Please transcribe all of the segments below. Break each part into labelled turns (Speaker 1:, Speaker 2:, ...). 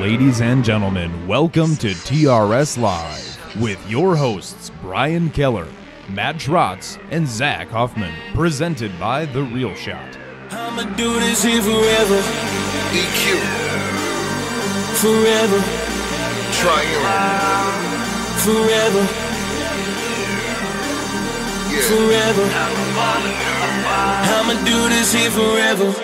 Speaker 1: Ladies and gentlemen, welcome to TRS Live with your hosts Brian Keller, Matt Schrotz, and Zach Hoffman, presented by The Real Shot.
Speaker 2: I'ma do this here forever,
Speaker 3: E EQ,
Speaker 2: forever,
Speaker 3: Triumph,
Speaker 2: forever,
Speaker 3: yeah,
Speaker 2: forever. I'ma do this here forever.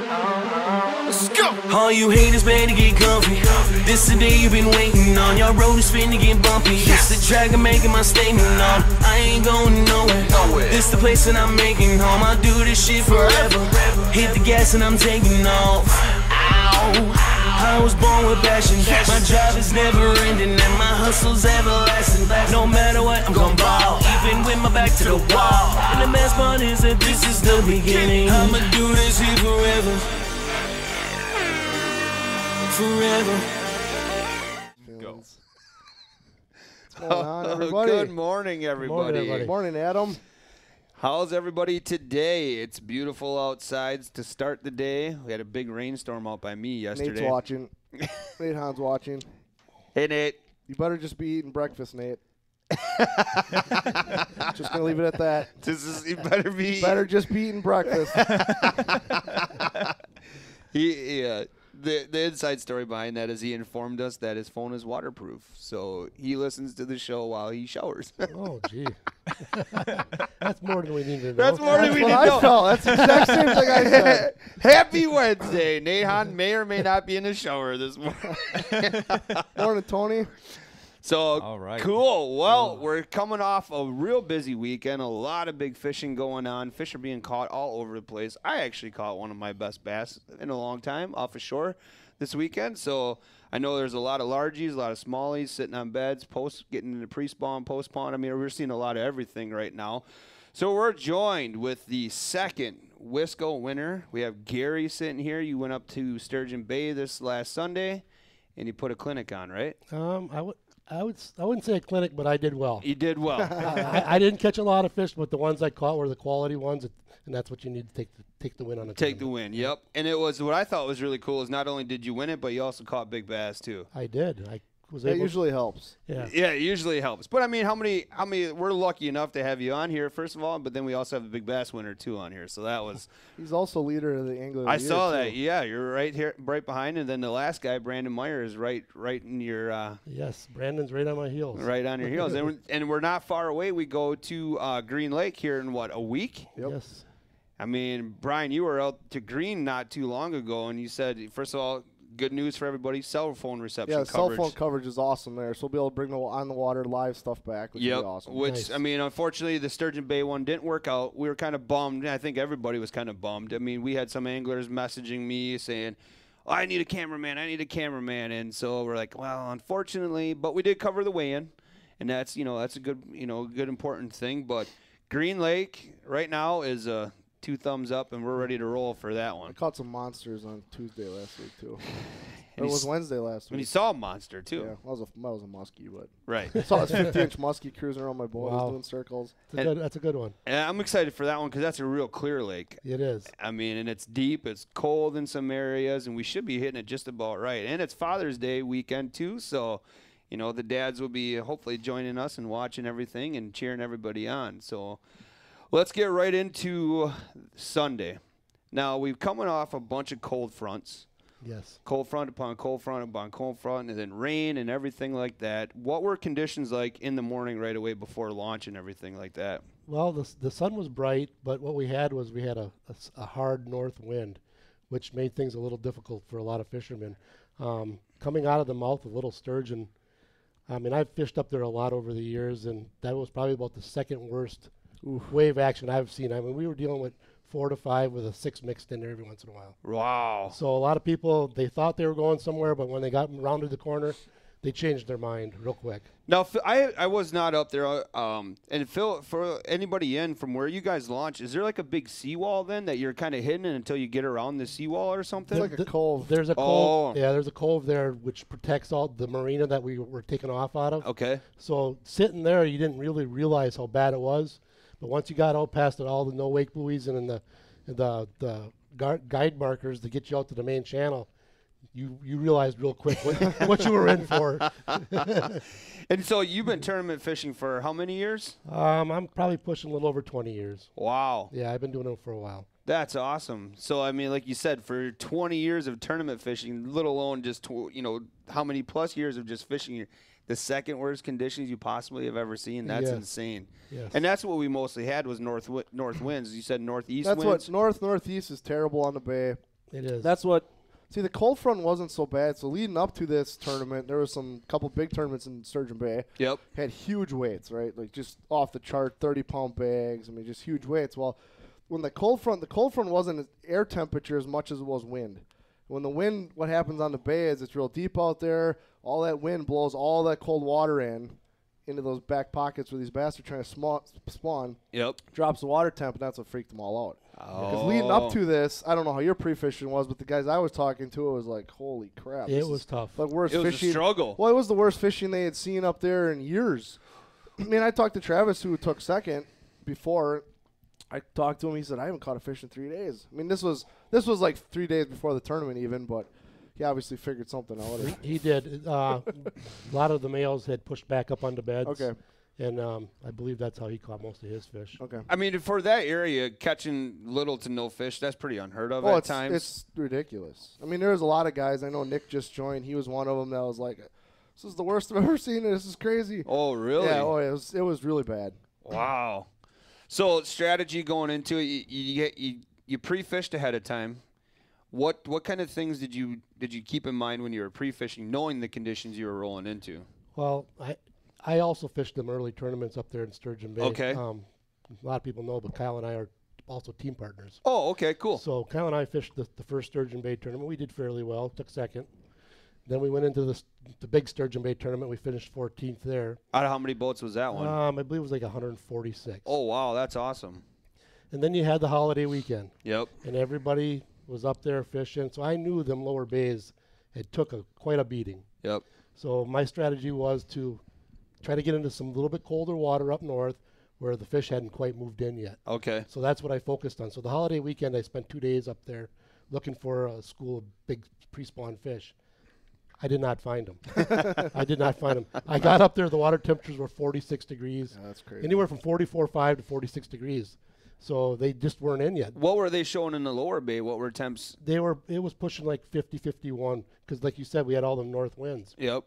Speaker 3: let's go.
Speaker 2: All you haters better get comfy. This the day you've been waiting on. Y'all road is finna get bumpy. This the track I'm making my statement on. I ain't going nowhere.
Speaker 3: Nowhere.
Speaker 2: This the place that I'm making home. I'll do this shit forever. Hit the gas and I'm taking off. Ow. I was born with passion. My job is never ending and my hustle's everlasting. No matter what, I'm gon' ball. Even with my back to the wall. And the best part is that this is the beginning. I'ma do this here forever. Forever.
Speaker 4: going on, everybody?
Speaker 5: Good morning, everybody.
Speaker 4: Good morning, Adam.
Speaker 5: How's everybody today? It's beautiful outside to start the day. We had a big rainstorm out by me
Speaker 4: Nate's
Speaker 5: yesterday.
Speaker 4: watching. Nate Hahn's watching.
Speaker 5: Hey, Nate.
Speaker 4: You better just be eating breakfast, Nate. just gonna leave it at that.
Speaker 5: This is you better be
Speaker 4: Better just be eating breakfast.
Speaker 5: He, yeah. The, the inside story behind that is he informed us that his phone is waterproof, so he listens to the show while he showers.
Speaker 6: Oh, gee. That's more than we need to know.
Speaker 5: That's more than
Speaker 4: That's
Speaker 5: we
Speaker 4: what
Speaker 5: need
Speaker 4: I
Speaker 5: to know.
Speaker 4: felt. That's the exact same thing I said.
Speaker 5: Happy Wednesday. Nahan may or may not be in the shower this morning.
Speaker 4: Morning, Tony.
Speaker 5: So
Speaker 1: All right.
Speaker 5: cool. Well, we're coming off a real busy weekend. A lot of big fishing going on. Fish are being caught all over the place. I actually caught one of my best bass in a long time off of shore this weekend. So I know there's a lot of largies, a lot of smallies sitting on beds, post getting into pre-spawn, post-spawn. I mean, we're seeing a lot of everything right now. So we're joined with the second Wisco winner. We have Gary sitting here. You went up to Sturgeon Bay this last Sunday, and you put a clinic on, right?
Speaker 6: Um, I would, I would, s- I wouldn't say a clinic, but I did well.
Speaker 5: You did well.
Speaker 6: I, I didn't catch a lot of fish, but the ones I caught were the quality ones, and that's what you need to take the, take the win on a
Speaker 5: Take the win.
Speaker 6: tournament.
Speaker 5: Yep. And it was what I thought was really cool is not only did you win it, but you also caught big bass too.
Speaker 6: I did. I was
Speaker 4: That
Speaker 6: able.
Speaker 4: usually helps.
Speaker 6: yeah.
Speaker 5: Yeah, it usually helps. But I mean, how many? How many? We're lucky enough to have you on here, first of all. But then we also have a big bass winner too on here. So that was.
Speaker 4: He's also leader of the angler. of
Speaker 5: I
Speaker 4: the
Speaker 5: saw
Speaker 4: year,
Speaker 5: that.
Speaker 4: Oh, too.
Speaker 5: Yeah, you're right here, right behind, and then the last guy, Brandon Meyer, is right, right in your, uh,
Speaker 6: Yes, Brandon's right on my heels.
Speaker 5: right on your heels. And we're, and we're not far away. We go to uh, Green Lake here in what a week.
Speaker 6: Yes.
Speaker 5: I mean, Brian, you were out to Green not too long ago, and you said, first of all, good news for everybody: cell phone reception.
Speaker 4: Yeah, the cell
Speaker 5: coverage.
Speaker 4: phone coverage is awesome there, so we'll be able to bring the on the water live stuff back, which
Speaker 5: Yep.
Speaker 4: will be awesome.
Speaker 5: Which
Speaker 6: Nice.
Speaker 5: I mean, unfortunately, the Sturgeon Bay one didn't work out. We were kind of bummed. I think everybody was kind of bummed. I mean, we had some anglers messaging me saying, oh, "I need a cameraman. I need a cameraman." And so we're like, "Well, unfortunately, but we did cover the weigh-in, and that's you know that's a good you know good important thing." But Green Lake right now is uh, two thumbs up, and we're ready to roll for that one.
Speaker 4: I caught some monsters on Tuesday last week too. Or
Speaker 5: And
Speaker 4: it
Speaker 5: he
Speaker 4: was
Speaker 5: s-
Speaker 4: Wednesday last
Speaker 5: And he
Speaker 4: week.
Speaker 5: saw a monster
Speaker 4: Yeah,
Speaker 5: too,
Speaker 4: that was a that was a muskie, but
Speaker 5: right?
Speaker 4: saw this 50 inch muskie cruising around my boat.
Speaker 6: Wow.
Speaker 4: was doing circles.
Speaker 6: That's a, good, that's a good one.
Speaker 5: And I'm excited for that one because that's a real clear lake.
Speaker 6: It is.
Speaker 5: I mean, and it's deep, it's cold in some areas, and we should be hitting it just about right. And it's Father's Day weekend too, so you know the dads will be hopefully joining us and watching everything and cheering everybody on. So let's get right into Sunday. Now we've coming off a bunch of cold fronts
Speaker 6: Yes.
Speaker 5: cold front upon cold front upon cold front, and then rain and everything like that. What were conditions like in the morning right away before launch and everything like that?
Speaker 6: Well, the, s- the sun was bright, but what we had was we had a, a s- a hard north wind, which made things a little difficult for a lot of fishermen. Um, coming out of the mouth of Little Sturgeon, I mean, I've fished up there a lot over the years, and that was probably about the second worst wave action I've seen. I mean, we were dealing with four to five with a six mixed in there every once in a while.
Speaker 5: Wow.
Speaker 6: So a lot of people, they thought they were going somewhere, but when they got rounded the corner, they changed their mind real quick.
Speaker 5: Now, Ph- I I was not up there. uh, Um, and Phil, for anybody in from where you guys launch, is there like a big seawall then that you're kind of hidden until you get around the seawall or something?
Speaker 4: It's like a
Speaker 6: th-
Speaker 4: cove.
Speaker 6: There's a cove.
Speaker 5: Oh.
Speaker 6: Yeah, there's a cove there which protects all the marina that we were taken off out of.
Speaker 5: okay.
Speaker 6: So sitting there, you didn't really realize how bad it was, but once you got out past it, all the no wake buoys and then the the the gar- guide markers to get you out to the main channel, you you realized real quick what, what you were in for.
Speaker 5: And so you've been tournament fishing for how many years?
Speaker 6: Um, I'm probably pushing a little over 20 years.
Speaker 5: Wow,
Speaker 6: Yeah, I've been doing it for a while.
Speaker 5: that's awesome. So I mean, like you said, for 20 years of tournament fishing, let alone just tw- you know how many plus years of just fishing, the second worst conditions you possibly have ever seen. That's
Speaker 6: Yes.
Speaker 5: insane.
Speaker 6: Yes.
Speaker 5: And that's what we mostly had was north wi- north winds. You said northeast
Speaker 4: That's
Speaker 5: winds.
Speaker 4: what north northeast is terrible on the bay.
Speaker 6: It is.
Speaker 4: That's what. See, the cold front wasn't so bad. So leading up to this tournament, there was some couple big tournaments in Sturgeon Bay.
Speaker 5: Yep.
Speaker 4: Had huge weights, right? Like just off the chart, thirty pound bags. I mean, just huge weights. Well, when the cold front, the cold front wasn't as- air temperature as much as it was wind. When the wind, what happens on the bay is it's real deep out there. All that wind blows all that cold water in into those back pockets where these bass are trying to sma- spawn
Speaker 5: Yep.
Speaker 4: drops the water temp, and that's what freaked them all out.
Speaker 5: Oh.
Speaker 4: Because leading up to this, I don't know how your pre-fishing was, but the guys I was talking to, it was like, holy crap!
Speaker 6: It
Speaker 4: this
Speaker 6: was
Speaker 4: is
Speaker 6: tough.
Speaker 4: The worst
Speaker 5: It was a
Speaker 4: fishing
Speaker 5: struggle.
Speaker 4: Well, it was the worst fishing they had seen up there in years. I mean, I talked to Travis, who took second before. I talked to him. He said, "I haven't caught a fish in three days." I mean, this was this was like three days before the tournament, even. But he obviously figured something out.
Speaker 6: He did. Uh, a lot of the males had pushed back up onto beds.
Speaker 4: Okay.
Speaker 6: And um, I believe that's how he caught most of his fish.
Speaker 4: Okay.
Speaker 5: I mean, for that area, catching little to no fish, that's pretty unheard of
Speaker 4: Oh,
Speaker 5: at
Speaker 4: it's,
Speaker 5: times.
Speaker 4: it's ridiculous. I mean, there was a lot of guys. I know Nick just joined. He was one of them that was like, "This is the worst I've ever seen. This is crazy."
Speaker 5: oh, really?
Speaker 4: Yeah. Oh, it was. It was really bad.
Speaker 5: Wow. So strategy going into it, you you, get, you you pre-fished ahead of time. What what kind of things did you did you keep in mind when you were pre-fishing, knowing the conditions you were rolling into?
Speaker 6: Well, I I also fished them early tournaments up there in Sturgeon Bay.
Speaker 5: Okay.
Speaker 6: Um, a lot of people know, but Kyle and I are also team partners.
Speaker 5: Oh, okay, cool.
Speaker 6: So Kyle and I fished the, the first Sturgeon Bay tournament. We did fairly well, took second. Then we went into this, the big Sturgeon Bay tournament. We finished 14th there.
Speaker 5: Out of how many boats was that one?
Speaker 4: Uh,
Speaker 6: Um, I believe it was like 146.
Speaker 5: oh, wow, that's awesome.
Speaker 6: And then you had the holiday weekend,
Speaker 5: Yep.
Speaker 6: and everybody was up there fishing. So I knew them lower bays had took a quite a beating.
Speaker 5: Yep.
Speaker 6: So my strategy was to try to get into some little bit colder water up north where the fish hadn't quite moved in yet.
Speaker 4: Oh.
Speaker 5: Okay.
Speaker 6: So that's what I focused on. So the holiday weekend, I spent two days up there looking for a school of big pre-spawn fish. I did not find them. I did not find them. I got up there. The water temperatures were 46 degrees.
Speaker 4: Oh, that's crazy.
Speaker 6: Anywhere from 44.5 to 46 degrees. So they just weren't in yet.
Speaker 5: What were they showing in the lower bay? What were temps?
Speaker 6: They were. It was pushing like 50, 51. Because like you said, we had all the north winds.
Speaker 5: Yep.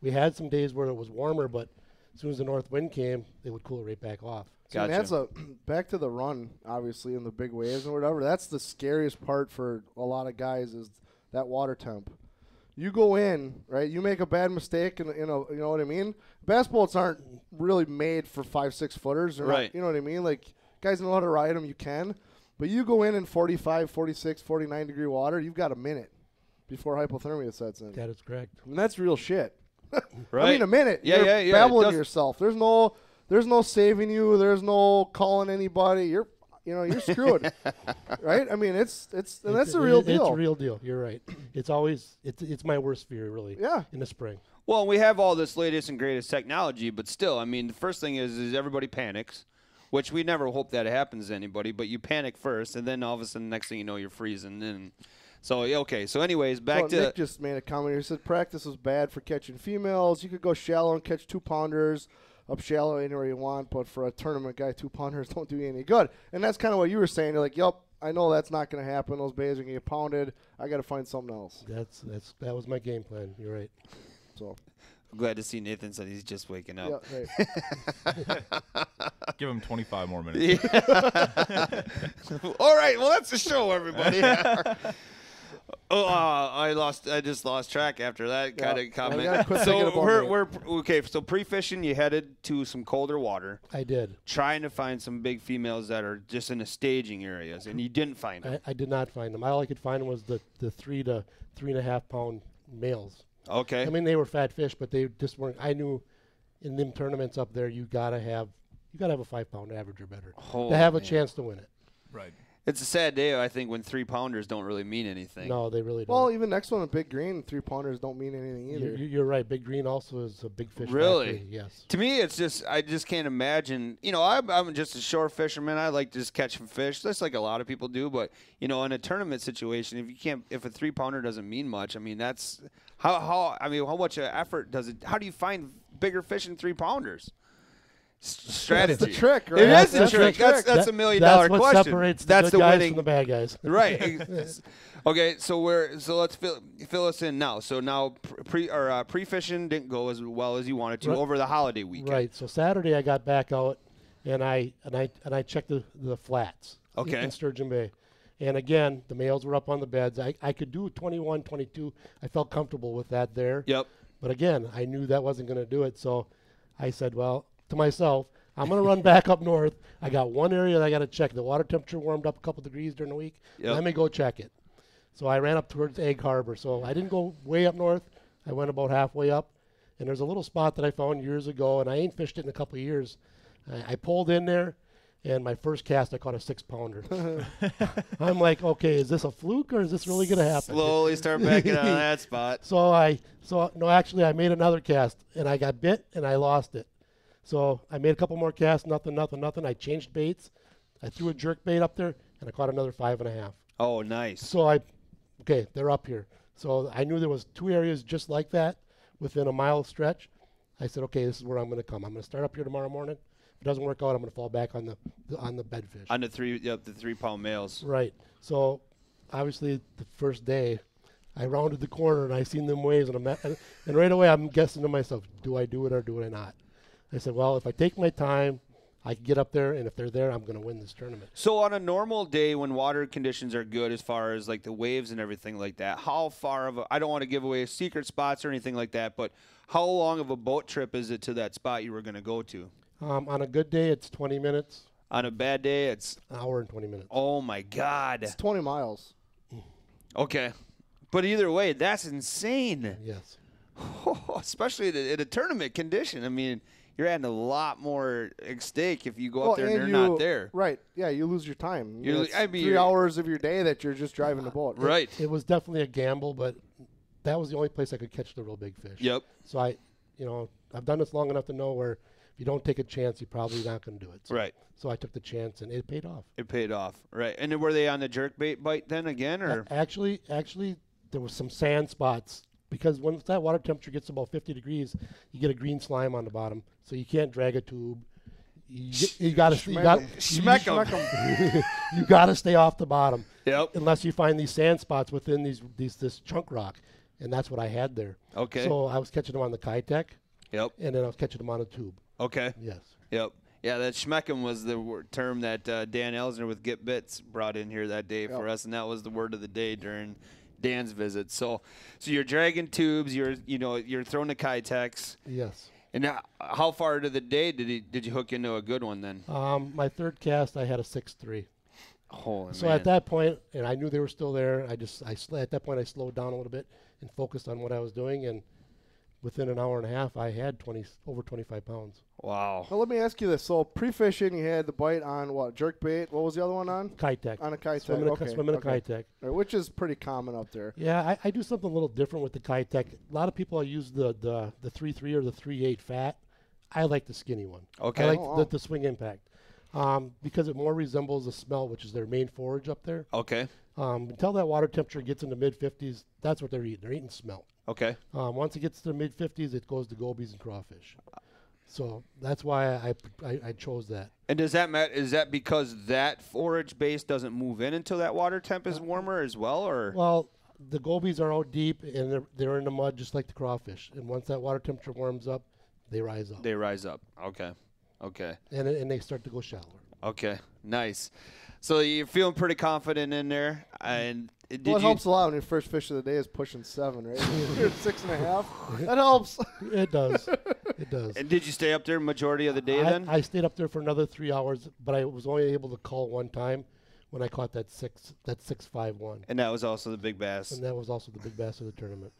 Speaker 6: We had some days where it was warmer, but as soon as the north wind came, they would cool it right back off.
Speaker 4: So, and
Speaker 5: Gotcha.
Speaker 4: that's a back to the run, obviously, and the big waves and whatever. That's the scariest part for a lot of guys is that water temp. You go in, right? You make a bad mistake, and you know, you know what I mean. Bass boats aren't really made for five, six footers, They're not-
Speaker 5: Right.
Speaker 4: You know what I mean? Like guys know how to ride them. You can, but you go in in 45, 46, 49 degree water. You've got a minute before hypothermia sets in.
Speaker 6: That is correct.
Speaker 4: And that's real shit. I
Speaker 5: Right.
Speaker 4: mean, a minute.
Speaker 5: Yeah,
Speaker 4: you're
Speaker 5: yeah, yeah, it
Speaker 4: Babbling
Speaker 5: does-
Speaker 4: to yourself. There's no, there's no saving you. There's no calling anybody. You're, you know, you're screwed, right? I mean, it's it's and that's
Speaker 6: It's-
Speaker 4: the real
Speaker 6: it-
Speaker 4: deal.
Speaker 6: It's a real deal. You're right. It's always it's it's my worst fear really.
Speaker 4: Yeah.
Speaker 6: In the spring.
Speaker 5: Well, we have all this latest and greatest technology, but still, I mean, the first thing is is everybody panics, which we never hope that happens to anybody. But you panic first, and then all of a sudden, next thing you know, you're freezing. And so, yeah, okay. So, anyways, back
Speaker 4: So
Speaker 5: to
Speaker 4: Nick just made a comment. here. He said practice was bad for catching females. You could go shallow and catch two pounders up shallow anywhere you want, but for a tournament guy, two pounders don't do you any good. And that's kind of what you were saying. You're like, yep, I know that's not going to happen. Those bays are going to get pounded. I got to find something else.
Speaker 6: That's that's that was my game plan. You're right.
Speaker 4: So
Speaker 5: I'm glad to see Nathan said he's just waking
Speaker 4: yeah,
Speaker 5: up.
Speaker 4: right.
Speaker 1: Give him 25 more minutes.
Speaker 5: all right, well, that's the show, everybody. Oh, uh, I lost. I just lost track after that kind
Speaker 4: Yeah.
Speaker 5: of comment.
Speaker 4: I gotta quit thinking
Speaker 5: so
Speaker 4: about
Speaker 5: we're,
Speaker 4: that.
Speaker 5: we're okay. So pre-fishing, you headed to some colder water.
Speaker 6: I did.
Speaker 5: trying to find some big females that are just in the staging areas, and you didn't find them.
Speaker 6: I, I did not find them. All I could find was the the three to three and a half pound males.
Speaker 5: Okay.
Speaker 6: I mean they were fat fish, but they just weren't. I knew in them tournaments up there, you gotta have you gotta have a five pound average or better
Speaker 5: Oh,
Speaker 6: to have
Speaker 5: man.
Speaker 6: a chance to win it.
Speaker 1: right.
Speaker 5: It's a sad day, I think, when three pounders don't really mean anything.
Speaker 6: No, they really don't.
Speaker 4: Well, even next one, a big green three pounders don't mean anything
Speaker 6: You-
Speaker 4: either.
Speaker 6: you- you're right. Big Green also is a big fish.
Speaker 5: Really?
Speaker 6: factory, Yes.
Speaker 5: To me, it's just I just can't imagine. You know, I'm, I'm just a shore fisherman. I like to just catch some fish, just like a lot of people do. But you know, in a tournament situation, if you can't, if a three pounder doesn't mean much, I mean, that's how how I mean, how much uh, effort does it? How do you find bigger fish in three pounders? S- Strategy.
Speaker 4: the trick, right?
Speaker 5: It is
Speaker 4: That's
Speaker 5: the
Speaker 4: the
Speaker 5: trick.
Speaker 4: trick.
Speaker 5: That's that's
Speaker 6: That-
Speaker 5: a million
Speaker 6: that's
Speaker 5: dollar
Speaker 6: what
Speaker 5: question.
Speaker 6: separates the
Speaker 5: that's
Speaker 6: good guys
Speaker 5: winning
Speaker 6: from the bad guys.
Speaker 5: right. Ex- okay, so we're so let's fill, fill us in now. So now pre or uh, pre fishing didn't go as well as you wanted to
Speaker 6: Right.
Speaker 5: over the holiday weekend.
Speaker 6: Right. So Saturday I got back out, and I and I and I checked the, the flats. i-
Speaker 5: Okay.
Speaker 6: In Sturgeon Bay, and again the males were up on the beds. I, I could do 21, 22. I felt comfortable with that there.
Speaker 5: Yep.
Speaker 6: But again, I knew that wasn't going to do it. So I said, well, to myself, I'm going to run back up north. I got one area that I got to check. The water temperature warmed up a couple degrees during the week.
Speaker 5: Yep.
Speaker 6: Let me go check it. So I ran up towards Egg Harbor. So I didn't go way up north. I went about halfway up. And there's a little spot that I found years ago, and I ain't fished it in a couple of years. I, I pulled in there, and my first cast, I caught a six pounder. I'm like, okay, is this a fluke or is this really going to happen?
Speaker 5: Slowly start backing out of that spot.
Speaker 6: So I so no actually I made another cast and I got bit and I lost it. So I made a couple more casts, nothing, nothing, nothing. I changed baits. I threw a jerk bait up there and I caught another five and a half.
Speaker 5: Oh, nice.
Speaker 6: So I okay, they're up here. So I knew there was two areas just like that within a mile stretch. I said, okay, this is where I'm going to come. I'm going to start up here tomorrow morning. If it doesn't work out, I'm going to fall back on the, the on the bed fish.
Speaker 5: On the three, yep, the three pound males.
Speaker 6: Right. So, obviously, the first day, I rounded the corner and I seen them waves, and I'm at, and and right away I'm guessing to myself, do I do it or do I not? I said, well, if I take my time, I can get up there, and if they're there, I'm going to win this tournament.
Speaker 5: So on a normal day when water conditions are good, as far as like the waves and everything like that, how far of a, I don't want to give away secret spots or anything like that, but how long of a boat trip is it to that spot you were going to go to?
Speaker 6: Um, on a good day, it's 20 minutes,
Speaker 5: On a bad day, it's
Speaker 6: an hour and 20 minutes.
Speaker 5: oh my god.
Speaker 4: It's 20 miles.
Speaker 5: Okay. But either way, that's insane,
Speaker 6: Yes.
Speaker 5: especially at a, at a tournament condition. I mean, you're adding a lot more at stake if you go up there and
Speaker 4: and
Speaker 5: you're
Speaker 4: you-
Speaker 5: not there.
Speaker 4: Right. Yeah, you lose your time.
Speaker 5: You lo-
Speaker 4: It's
Speaker 5: I mean,
Speaker 4: three
Speaker 5: you're-
Speaker 4: hours of your day that you're just driving the boat.
Speaker 5: Right.
Speaker 6: It was definitely a gamble, but that was the only place I could catch the real big fish.
Speaker 5: Yep.
Speaker 6: So I, you know, I've done this long enough to know where if you don't take a chance, you're probably not going to do it. So-
Speaker 5: Right.
Speaker 6: So I took the chance, and it paid off.
Speaker 5: It paid off. Right. And then were they on the jerk bait bite then again or
Speaker 6: Actually, actually, there was some sand spots because once that water temperature gets about 50 degrees, you get a green slime on the bottom, so you can't drag a tube. You, get- you gotta, you
Speaker 4: Schmeck
Speaker 6: got
Speaker 4: 'em.
Speaker 5: smack 'em.
Speaker 6: you gotta stay off the bottom.
Speaker 5: Yep.
Speaker 6: Unless you find these sand spots within these these this chunk rock, and that's what I had there.
Speaker 5: Okay.
Speaker 6: So I was catching them on the Kitech,
Speaker 5: Yep.
Speaker 6: and then I was catching them on a tube.
Speaker 5: Okay.
Speaker 6: Yes.
Speaker 5: Yep. Yeah, that schmeckum was the wor- term that uh, Dan Elsner with Get Bits brought in here that day for us, and that was the word of the day during Dan's visit. So, so you're dragging tubes, you're you know you're throwing the kitex,
Speaker 6: Yes.
Speaker 5: And h- how far into the day did he did you hook into a good one then?
Speaker 6: Um, my third cast, I had a six three.
Speaker 5: Holy
Speaker 6: So at that point, and I knew they were still there. I just, I sl- at that point, I slowed down a little bit and focused on what I was doing. And within an hour and a half, I had twenty over twenty five pounds.
Speaker 5: wow.
Speaker 4: Well, let me ask you this. So, pre fishing, you had the bite on what? Jerk bait? What was the other one on?
Speaker 6: Kitech
Speaker 4: On a Kitech,
Speaker 6: swimming a,
Speaker 4: okay,
Speaker 6: swimming
Speaker 4: okay.
Speaker 6: a Kitech.
Speaker 4: Right, Which is pretty common up there.
Speaker 6: Yeah, I, I do something a little different with the Kitech. A lot of people use the the the three three or the three eight fat. I like the skinny one.
Speaker 5: Okay.
Speaker 6: I like
Speaker 4: Oh, wow.
Speaker 6: the, the swing impact um, because it more resembles the smelt, which is their main forage up there.
Speaker 5: Okay.
Speaker 6: Um, until that water temperature gets into mid fifties, that's what they're eating. They're eating smelt.
Speaker 5: Okay.
Speaker 6: Um, once it gets to the mid 50s, it goes to gobies and crawfish. So that's why I, I, I chose that.
Speaker 5: And does that matter? Is that because that forage base doesn't move in until that water temp is warmer as well, or
Speaker 6: Well, the gobies are out deep and they're, they're in the mud just like the crawfish. And once that water temperature warms up, they rise up
Speaker 5: they rise up? Okay. Okay.
Speaker 6: and, and they start to go shallower.
Speaker 5: Okay. Nice. So you're feeling pretty confident in there, and it- did
Speaker 4: well, it
Speaker 5: you?
Speaker 4: helps a lot when your first fish of the day is pushing seven, right? you're at six and a half. That helps.
Speaker 6: It does. it does.
Speaker 5: And did you stay up there majority of the day
Speaker 6: I,
Speaker 5: then?
Speaker 6: I stayed up there for another three hours, but I was only able to call one time when I caught that six that six five one,
Speaker 5: and that was also the big bass.
Speaker 6: and that was also the big bass of the tournament.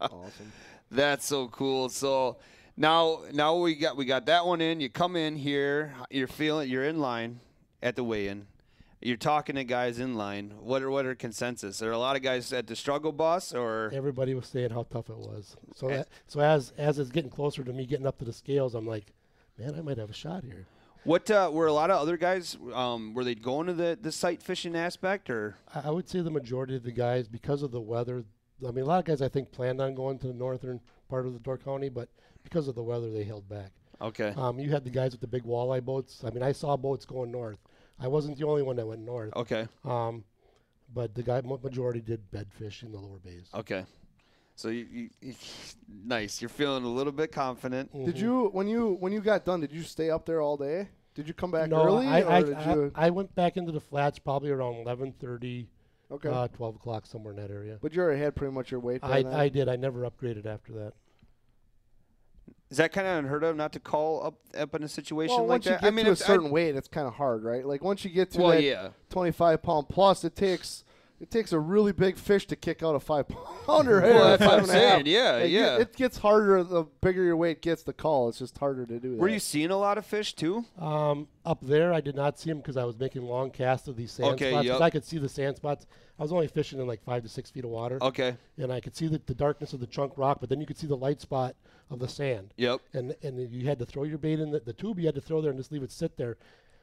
Speaker 4: awesome.
Speaker 5: That's so cool. So now now we got we got that one in. You come in here, you're feeling you're in line at the weigh-in. You're talking to guys in line. What are what are consensus? There are a lot of guys at the struggle bus, or
Speaker 6: Everybody was saying how tough it was. So that, so as as it's getting closer to me getting up to the scales, I'm like, man, I might have a shot here.
Speaker 5: what uh, were a lot of other guys? Um, were they going to the the sight fishing aspect, or
Speaker 6: I- I would say the majority of the guys, because of the weather, I mean, a lot of guys I think planned on going to the northern part of the Door County, but because of the weather, they held back.
Speaker 5: okay?
Speaker 6: Um, you had the guys with the big walleye boats. I mean, I saw boats going north. I wasn't the only one that went north,
Speaker 5: Okay.
Speaker 4: Oh.
Speaker 6: um, but the guy mo- majority did bed fish in the lower bays.
Speaker 5: Okay. So you, you, you nice. You're feeling a little bit confident.
Speaker 4: Did you when you when you got done? Did you stay up there all day? Did you come back
Speaker 6: no,
Speaker 4: early
Speaker 6: I,
Speaker 4: or
Speaker 6: I,
Speaker 4: did
Speaker 6: I,
Speaker 4: you?
Speaker 6: I went back into the flats probably around 11:30,
Speaker 4: Okay,
Speaker 6: uh, 12 o'clock somewhere in that area.
Speaker 4: but you already had pretty much your weight. by
Speaker 6: I,
Speaker 4: then.
Speaker 6: I did. I never upgraded after that.
Speaker 5: Is that kind of unheard of not to call up up in a situation
Speaker 4: well,
Speaker 5: like
Speaker 4: once
Speaker 5: that?
Speaker 4: you get to a
Speaker 5: it's-
Speaker 4: certain weight, it's kind of hard, right? Like once you get to
Speaker 5: Well,
Speaker 4: that
Speaker 5: yeah.
Speaker 4: 25 pound plus, it takes it takes a really big fish to kick out a five pounder. right? Or
Speaker 5: Well,
Speaker 4: a
Speaker 5: that's what
Speaker 4: five
Speaker 5: I'm
Speaker 4: and a half.
Speaker 5: saying, yeah,
Speaker 4: Like, you-
Speaker 5: yeah.
Speaker 4: It gets harder the bigger your weight gets. The call, it's just harder to do.
Speaker 5: were
Speaker 4: that.
Speaker 5: you seeing a lot of fish too?
Speaker 6: Um, up there, I did not see him because I was making long casts of these sand
Speaker 5: Okay,
Speaker 6: spots. 'cause
Speaker 5: yep.
Speaker 6: I could see the sand spots. I was only fishing in like five to six feet of water.
Speaker 5: Okay.
Speaker 6: And I could see the, the darkness of the chunk rock, but then you could see the light spot of the sand.
Speaker 5: Yep.
Speaker 6: And and then you had to throw your bait in the, the tube. You had to throw there and just leave it sit there,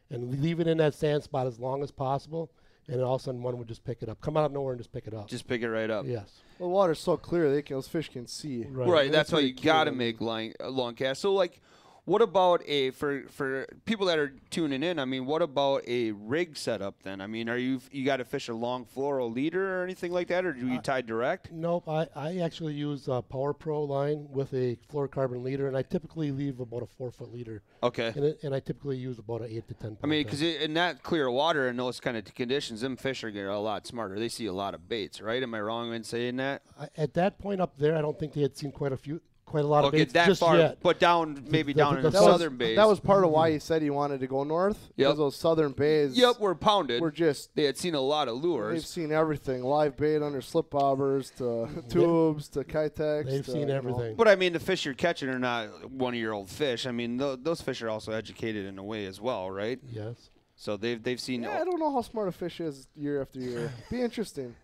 Speaker 6: and leave it in that sand spot as long as possible. And then all of a sudden, one would just pick it up, come out of nowhere and just pick it up.
Speaker 5: Just pick it right up.
Speaker 6: yes.
Speaker 4: Well, the water's so clear, they can, those fish can see.
Speaker 6: Right.
Speaker 5: Right. That's why
Speaker 4: pretty
Speaker 5: you got to make line, uh, long cast. So like, what about a for for people that are tuning in? I mean, what about a rig setup then? I mean, are you you got to fish a long floral leader or anything like that, or do you tie direct?
Speaker 6: Nope, I, I actually use a Power Pro line with a fluorocarbon leader, and I typically leave about a four foot leader.
Speaker 5: Okay.
Speaker 6: And, it, and I typically use about an eight to ten.
Speaker 5: I mean, because in that clear water and those kind of conditions, them fish are getting a lot smarter. They see a lot of baits, right? Am I wrong in saying that?
Speaker 6: at that point up there, I don't think they had seen quite a few, quite a lot
Speaker 5: okay,
Speaker 6: of baits
Speaker 5: that
Speaker 6: just
Speaker 5: far,
Speaker 6: yet.
Speaker 5: but down maybe
Speaker 6: the-
Speaker 5: down
Speaker 6: the-
Speaker 5: in the
Speaker 6: the
Speaker 4: That was-
Speaker 5: southern bays.
Speaker 4: That was part of why
Speaker 6: Mm-hmm.
Speaker 4: he said he wanted to go north.
Speaker 5: Yep.
Speaker 4: Because those southern bays.
Speaker 5: yep, we're pounded.
Speaker 4: We're just
Speaker 5: they had seen a lot of
Speaker 4: They've
Speaker 5: lures.
Speaker 4: seen everything: live bait under slip bobbers to tubes to kitex.
Speaker 6: They've
Speaker 4: to,
Speaker 6: seen
Speaker 4: you know.
Speaker 6: everything.
Speaker 5: But I mean, the fish you're catching are not one-year-old fish. I mean, th- those fish are also educated in a way as well, right?
Speaker 6: yes.
Speaker 5: So they've they've seen.
Speaker 4: Yeah, I don't know how smart a fish is year after year. Be interesting.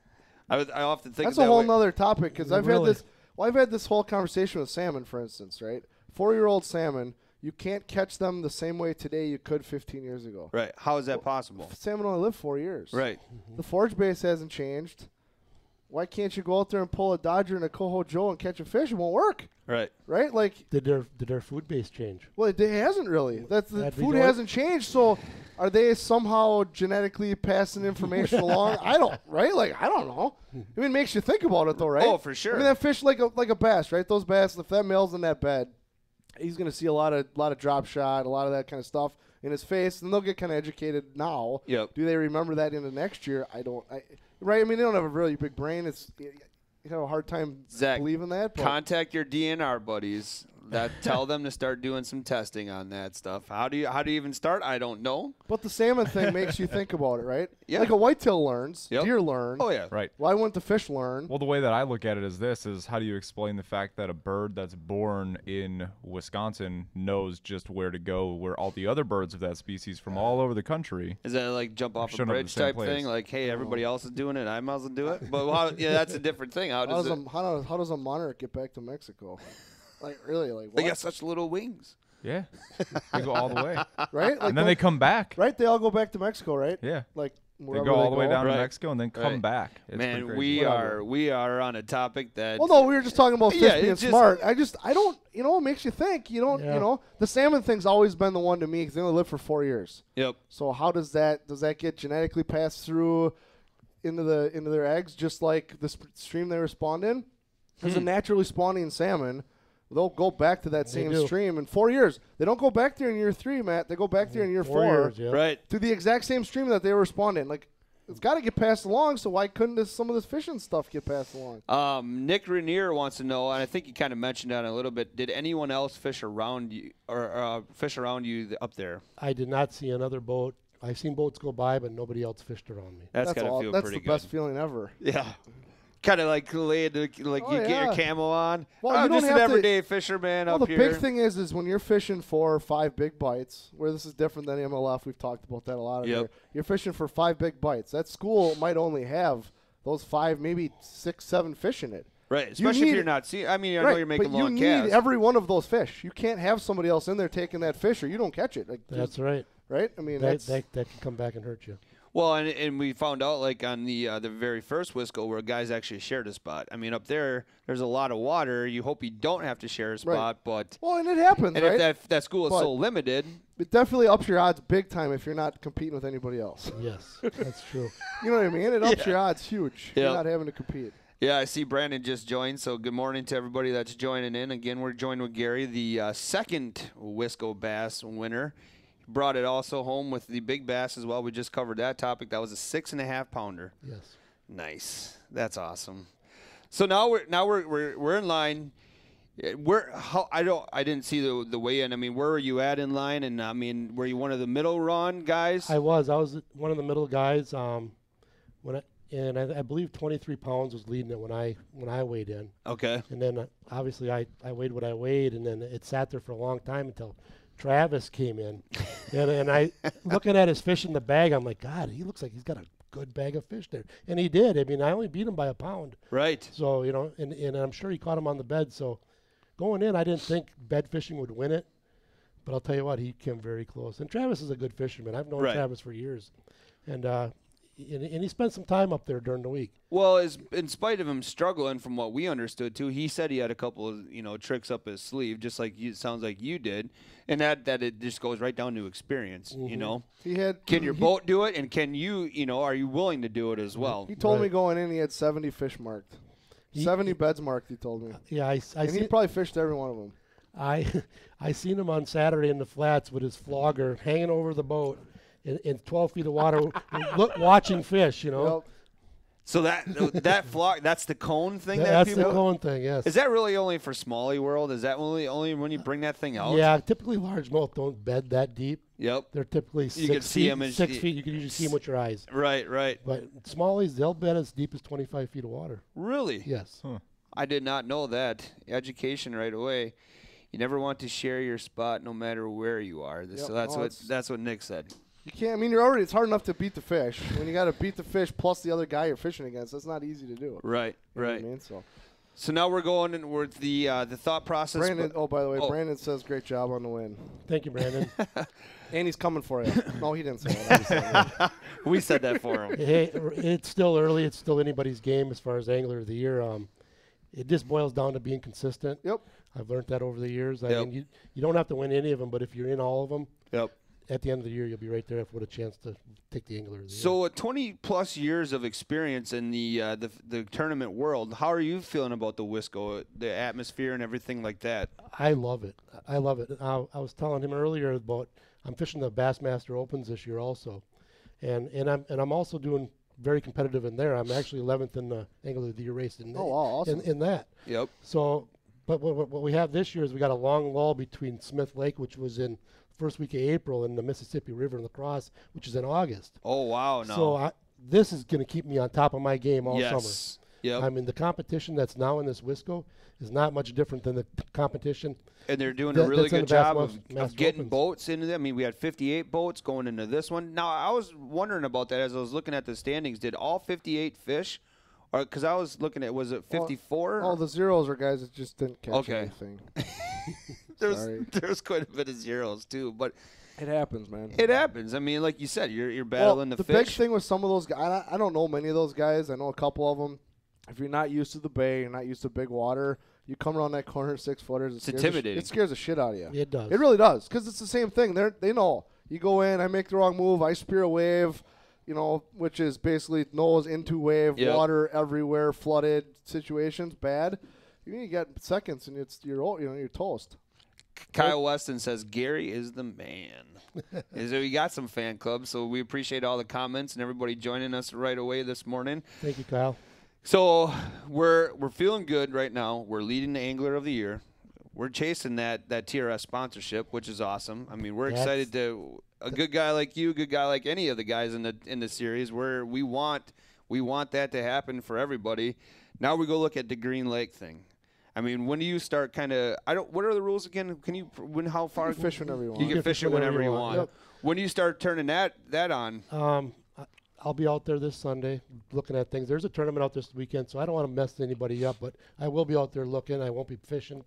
Speaker 5: I, was- I often think
Speaker 4: That's
Speaker 5: of
Speaker 4: a
Speaker 5: that
Speaker 4: whole
Speaker 5: way.
Speaker 4: nother topic because I've
Speaker 6: Really?
Speaker 4: had this. Well, I've had this whole conversation with salmon, for instance. Right, four-year-old salmon, you can't catch them the same way today you could 15 years ago.
Speaker 5: Right? How is that possible?
Speaker 4: Salmon only live four years.
Speaker 5: Right.
Speaker 4: The forage base hasn't changed. Why can't you go out there and pull a Dodger and a Coho Joe and catch a fish? It won't work,
Speaker 5: Right.
Speaker 4: right? Like,
Speaker 6: Did their did their food base change?
Speaker 4: well, it, it hasn't really. That's the
Speaker 6: That'd be
Speaker 4: food
Speaker 6: good.
Speaker 4: hasn't changed. So, are they somehow genetically passing information along? I don't, right? Like, I don't know. I mean, it makes you think about it, though, right?
Speaker 5: Oh, for sure.
Speaker 4: I mean, that fish like a like a bass, right? Those bass, if that male's in that bed, he's gonna see a lot of lot of drop shot, a lot of that kind of stuff in his face, and they'll get kind of educated now.
Speaker 5: Yep.
Speaker 4: Do they remember that into next year? I don't. I, right? I mean, they don't have a really big brain. It's you have a hard time
Speaker 5: Zach,
Speaker 4: believing that. but-
Speaker 5: Contact your DNR buddies. That tell them to start doing some testing on that stuff. How do you how do you even start? I don't know.
Speaker 4: But the salmon thing makes you think about it, right?
Speaker 5: Yeah.
Speaker 4: Like a whitetail learns,
Speaker 5: Yep.
Speaker 4: deer learn.
Speaker 5: Oh yeah,
Speaker 1: Right.
Speaker 4: Why wouldn't the fish learn?
Speaker 1: Well, the way that I look at it is this: is how do you explain the fact that a bird that's born in Wisconsin knows just where to go, where all the other birds of that species from all over the country?
Speaker 5: Is that like jump off a
Speaker 1: shouldn't have the
Speaker 5: bridge
Speaker 1: same
Speaker 5: type
Speaker 1: place.
Speaker 5: thing? Like, hey, everybody else is doing it, I might as well do it. But how, yeah, that's a different thing. How
Speaker 4: how
Speaker 5: does
Speaker 4: does
Speaker 5: it?
Speaker 4: a how does, how does a monarch get back to Mexico? like really, like
Speaker 5: They
Speaker 4: what?
Speaker 5: got such little wings.
Speaker 1: Yeah, they go all the way,
Speaker 4: right? Like
Speaker 1: and then they
Speaker 4: don't-
Speaker 1: come back.
Speaker 4: right? They all go back to Mexico, right?
Speaker 1: Yeah.
Speaker 4: Like
Speaker 1: They
Speaker 4: wherever
Speaker 1: go all the way down
Speaker 5: Right.
Speaker 1: to Mexico and then come
Speaker 5: Right.
Speaker 1: back. It's pretty
Speaker 5: Man,
Speaker 1: crazy.
Speaker 5: we
Speaker 4: Whatever.
Speaker 5: are we are on a topic that.
Speaker 4: Well, no, we were just talking about fish
Speaker 5: Yeah, it
Speaker 4: being
Speaker 5: just-
Speaker 4: smart. I just I don't you know it makes you think. You don't
Speaker 6: Yeah.
Speaker 4: you know the salmon thing's always been the one to me because they only live for four years.
Speaker 5: Yep.
Speaker 4: So how does that does that get genetically passed through into the into their eggs just like the sp- stream they respond in? Because
Speaker 6: Hmm.
Speaker 4: a naturally spawning salmon, they'll go back to that same
Speaker 6: do.
Speaker 4: stream in four years. They don't go back there in year three, Matt. They go back there in year four,
Speaker 6: years, yeah.
Speaker 5: Right.
Speaker 4: to the exact same stream that they were responding. Like it's got to get passed along. So why couldn't this, some of this fishing stuff get passed along?
Speaker 5: Um, Nick Rainier wants to know, and I think you kind of mentioned that a little bit. Did anyone else fish around you or uh, fish around you th- up there?
Speaker 6: I did not see another boat. I've seen boats go by, but nobody else fished around me.
Speaker 5: That's, gotta
Speaker 4: all,
Speaker 5: feel
Speaker 4: that's
Speaker 5: pretty
Speaker 4: the
Speaker 5: good.
Speaker 4: best feeling ever.
Speaker 5: Yeah. kind of like laying the, like
Speaker 4: Oh,
Speaker 5: you get your
Speaker 4: yeah.
Speaker 5: camo on.
Speaker 4: Well,
Speaker 5: I'm
Speaker 4: you don't
Speaker 5: just an
Speaker 4: have to-
Speaker 5: everyday fisherman
Speaker 4: Well,
Speaker 5: up
Speaker 4: the
Speaker 5: here.
Speaker 4: big thing is, is when you're fishing for five big bites, where this is different than MLF. We've talked about that a lot. in
Speaker 5: Yep.
Speaker 4: here. You're fishing for five big bites. That school might only have those five, maybe six, seven fish in it.
Speaker 5: right?
Speaker 4: You
Speaker 5: Especially if
Speaker 4: need-
Speaker 5: you're not see. I mean, I
Speaker 4: right,
Speaker 5: know you're making
Speaker 4: but
Speaker 5: long
Speaker 4: you
Speaker 5: casts.
Speaker 4: need every one of those fish. You can't have somebody else in there taking that fish, or you don't catch it. Like,
Speaker 6: That's
Speaker 4: just-
Speaker 6: right.
Speaker 4: right. I mean,
Speaker 6: That,
Speaker 4: that's
Speaker 6: that, that can come back and hurt you.
Speaker 5: Well, and, and we found out like on the uh, the very first Wisco where guys actually shared a spot. I mean, up there, there's a lot of water. You hope you don't have to share a spot, but
Speaker 4: well, and it happens,
Speaker 5: and
Speaker 4: right?
Speaker 5: if that that school is so
Speaker 4: But-
Speaker 5: limited,
Speaker 4: it definitely ups your odds big time if you're not competing with anybody else.
Speaker 6: Yes, that's true.
Speaker 4: You know what I mean? It ups your odds huge.
Speaker 5: Yeah.
Speaker 4: You're not having to compete.
Speaker 5: yeah, I see Brandon just joined. So good morning to everybody that's joining in. Again, we're joined with Gary, the uh, second Wisco bass winner. Brought it also home with the big bass as well. We just covered that topic. That was a six and a half pounder.
Speaker 6: Yes.
Speaker 5: Nice. That's awesome. So now we're now we're we're, we're in line. Yeah, Where how I don't I didn't see the the weigh in. I mean, where were you at in line? And I mean, were you one of the middle run guys?
Speaker 6: I was. I was one of the middle guys. Um, when I, and I, I believe 23 pounds was leading it when I when I weighed in.
Speaker 5: okay.
Speaker 6: And then uh, obviously I, I weighed what I weighed, and then it sat there for a long time until Travis came in. and, and I, looking at his fish in the bag, I'm like, God, he looks like he's got a good bag of fish there. And he did. I mean, I only beat him by a pound.
Speaker 5: Right.
Speaker 6: So, you know, and, and I'm sure he caught him on the bed. So going in, I didn't think bed fishing would win it. But I'll tell you what, he came very close. And Travis is a good fisherman. I've known
Speaker 5: Right.
Speaker 6: Travis for years. And, uh, and, and he spent some time up there during the week.
Speaker 5: Well, as, in spite of him struggling, from what we understood too, he said he had a couple of you know tricks up his sleeve, just like you sounds like you did, and that that it just goes right down to experience. You
Speaker 6: Mm-hmm.
Speaker 5: know,
Speaker 4: He had
Speaker 5: can your
Speaker 4: he-
Speaker 5: boat do it, and can you you know are you willing to do it as well?
Speaker 4: He told me
Speaker 6: Right.
Speaker 4: going in, he had 70 fish marked. 70 beds marked, he told me.
Speaker 6: Yeah, I, s- I
Speaker 4: And he
Speaker 6: seen-
Speaker 4: probably fished every one of them.
Speaker 6: I I seen him on Saturday in the flats with his flogger hanging over the boat in, in 12 feet of water, look, watching fish. You know,
Speaker 4: Well,
Speaker 5: So that that flock that's the cone thing
Speaker 6: Tha-
Speaker 5: that
Speaker 6: that's
Speaker 5: people
Speaker 6: the cone thing. Yes.
Speaker 5: Is that really only for Smalley World? Is that only only when you bring that thing out?
Speaker 6: yeah, typically largemouth don't bed that deep.
Speaker 5: Yep.
Speaker 6: They're typically six
Speaker 5: can see
Speaker 6: feet,
Speaker 5: 'em and
Speaker 6: six
Speaker 5: y-
Speaker 6: feet. You can usually see them with your eyes.
Speaker 5: Right, right.
Speaker 6: But smallies, they'll bed as deep as 25 feet of water.
Speaker 5: Really?
Speaker 6: Yes.
Speaker 5: I did not know that. Education right away. You never want to share your spot no matter where you are. This-
Speaker 4: Yep,
Speaker 5: So that's
Speaker 4: no,
Speaker 5: what
Speaker 4: it's-
Speaker 5: that's what Nick said.
Speaker 4: you can't, I mean, you're already, it's hard enough to beat the fish. When you got to beat the fish plus the other guy you're fishing against, that's not easy to do. You know
Speaker 5: Right,
Speaker 4: what
Speaker 5: right.
Speaker 4: I mean, so.
Speaker 5: So now we're going and we're the uh, the thought process.
Speaker 4: Brandon,
Speaker 5: but-
Speaker 4: oh, by the way,
Speaker 5: oh.
Speaker 4: Brandon says great job on the win.
Speaker 6: Thank you, Brandon.
Speaker 4: And he's coming for you. no, he didn't say that. I just said that. oh.
Speaker 5: we said that for him.
Speaker 6: hey, r- it's still early. It's still anybody's game as far as angler of the year. Um, it just boils down to being consistent.
Speaker 4: Yep.
Speaker 6: I've learned that over the years. I
Speaker 5: Yep.
Speaker 6: mean, you, you don't have to win any of them, but if you're in all of them,
Speaker 5: Yep.
Speaker 6: at the end of the year, you'll be right there with a chance to take the angler. Of the year.
Speaker 5: So, with 20 plus years of experience in the, uh, the the tournament world, how are you feeling about the Wisco, the atmosphere, and everything like that?
Speaker 6: I love it. I love it. I, I was telling him earlier about I'm fishing the Bassmaster Opens this year also, and and I'm and I'm also doing very competitive in there. I'm actually 11th in the angler of the year race in,
Speaker 4: Oh, wow,
Speaker 6: in,
Speaker 4: awesome.
Speaker 6: in that.
Speaker 5: Yep.
Speaker 6: So, but what, what- what we have this year is we got a long lull between Smith Lake, which was in first week of April, and the Mississippi River and La Crosse, which is in August.
Speaker 5: Oh wow! No.
Speaker 6: So I, this is going to keep me on top of my game all
Speaker 5: yes.
Speaker 6: summer.
Speaker 5: Yep.
Speaker 6: I mean, the competition that's now in this Wisco is not much different than the t- competition.
Speaker 5: and they're doing a
Speaker 6: That-
Speaker 5: really
Speaker 6: that's in
Speaker 5: good
Speaker 6: the Bass
Speaker 5: job of,
Speaker 6: Mas-
Speaker 5: of
Speaker 6: Master
Speaker 5: getting
Speaker 6: Opens.
Speaker 5: boats into them. I mean, we had 58 boats going into this one. Now, I was wondering about that as I was looking at the standings. Did all 58 fish, or because I was looking at was it 54?
Speaker 4: All the zeros are guys that just didn't catch
Speaker 5: Okay.
Speaker 4: anything. sorry.
Speaker 5: there's there's quite a bit of zeros too, but
Speaker 4: It happens, man.
Speaker 5: it happens. I mean, like you said, you're you're
Speaker 4: Well,
Speaker 5: battling
Speaker 4: the
Speaker 5: the, fish.
Speaker 4: big thing with some of those guys, I don't know many of those guys. I know a couple of them. If you're not used to the bay, you're not used to big water. You come around that corner at six footers. It
Speaker 5: It's
Speaker 4: scares the sh-
Speaker 5: intimidating.
Speaker 4: it scares the shit out of you.
Speaker 6: It does.
Speaker 4: It really does because it's the same thing. They they know you go in. I make the wrong move. I spear a wave. You know, which is basically nose into wave,
Speaker 5: Yep.
Speaker 4: water everywhere, flooded situations, bad. You get seconds and it's you're o- you know you're toast.
Speaker 5: Kyle Weston says Gary is the man. is we got some fan clubs, so we appreciate all the comments and everybody joining us right away this morning.
Speaker 6: Thank you, Kyle.
Speaker 5: So we're we're feeling good right now. We're leading the angler of the year. We're chasing that that TRS sponsorship, which is awesome. I mean, we're
Speaker 6: That's-
Speaker 5: excited to a good guy like you, a good guy like any of the guys in the in the series. Where we want We want that to happen for everybody. Now we go look at the Green Lake thing. I mean, when do you start kind of? I don't. What are the rules again? Can you when? How far?
Speaker 4: can fish whenever you want.
Speaker 5: You can fish it whenever you want.
Speaker 6: Yep.
Speaker 5: When do you start turning that that on?
Speaker 6: Um, I- I'll be out there this Sunday looking at things. There's a tournament out this weekend, so I don't want to mess anybody up, but I will be out there looking. I won't be fishing.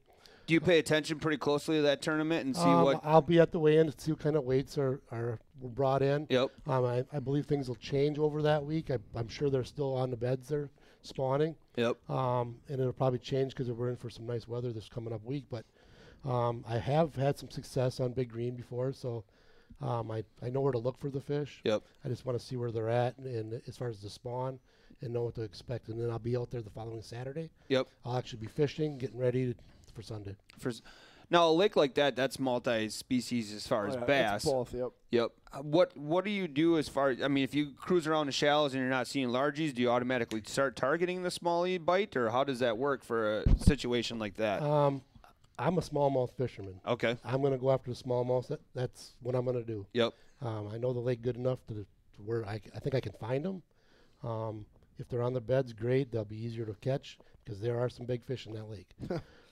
Speaker 5: Do you pay attention pretty closely to that tournament and see
Speaker 6: Um,
Speaker 5: what?
Speaker 6: I'll be at the weigh-in to see what kind of weights are, are brought in.
Speaker 5: Yep.
Speaker 6: Um, I, I believe things will change over that week. I, I'm sure they're still on the beds. They're spawning.
Speaker 5: Yep.
Speaker 6: Um, and it'll probably change because we're in for some nice weather this coming up week. But um, I have had some success on Big Green before, so um, I, I know where to look for the fish.
Speaker 5: Yep.
Speaker 6: I just want to see where they're at and, and as far as the spawn and know what to expect. And then I'll be out there the following Saturday.
Speaker 5: Yep.
Speaker 6: I'll actually be fishing, getting ready for Sunday.
Speaker 5: For s- now, a lake like that, that's multi-species as far as
Speaker 4: Oh, Yeah,
Speaker 5: bass.
Speaker 4: it's both, yep.
Speaker 5: Yep. Uh, What What do you do as far? I mean, if you cruise around the shallows and you're not seeing largies, do you automatically start targeting the smallie bite, or how does that work for a situation like that?
Speaker 4: Uh,
Speaker 6: Um, I'm a smallmouth fisherman.
Speaker 5: okay.
Speaker 6: I'm going to go after the smallmouth. That, that's what I'm going to do.
Speaker 5: Yep.
Speaker 6: Um, I know the lake good enough to, to where I, c- I think I can find them. Um, if they're on the beds, great. They'll be easier to catch because there are some big fish in that lake.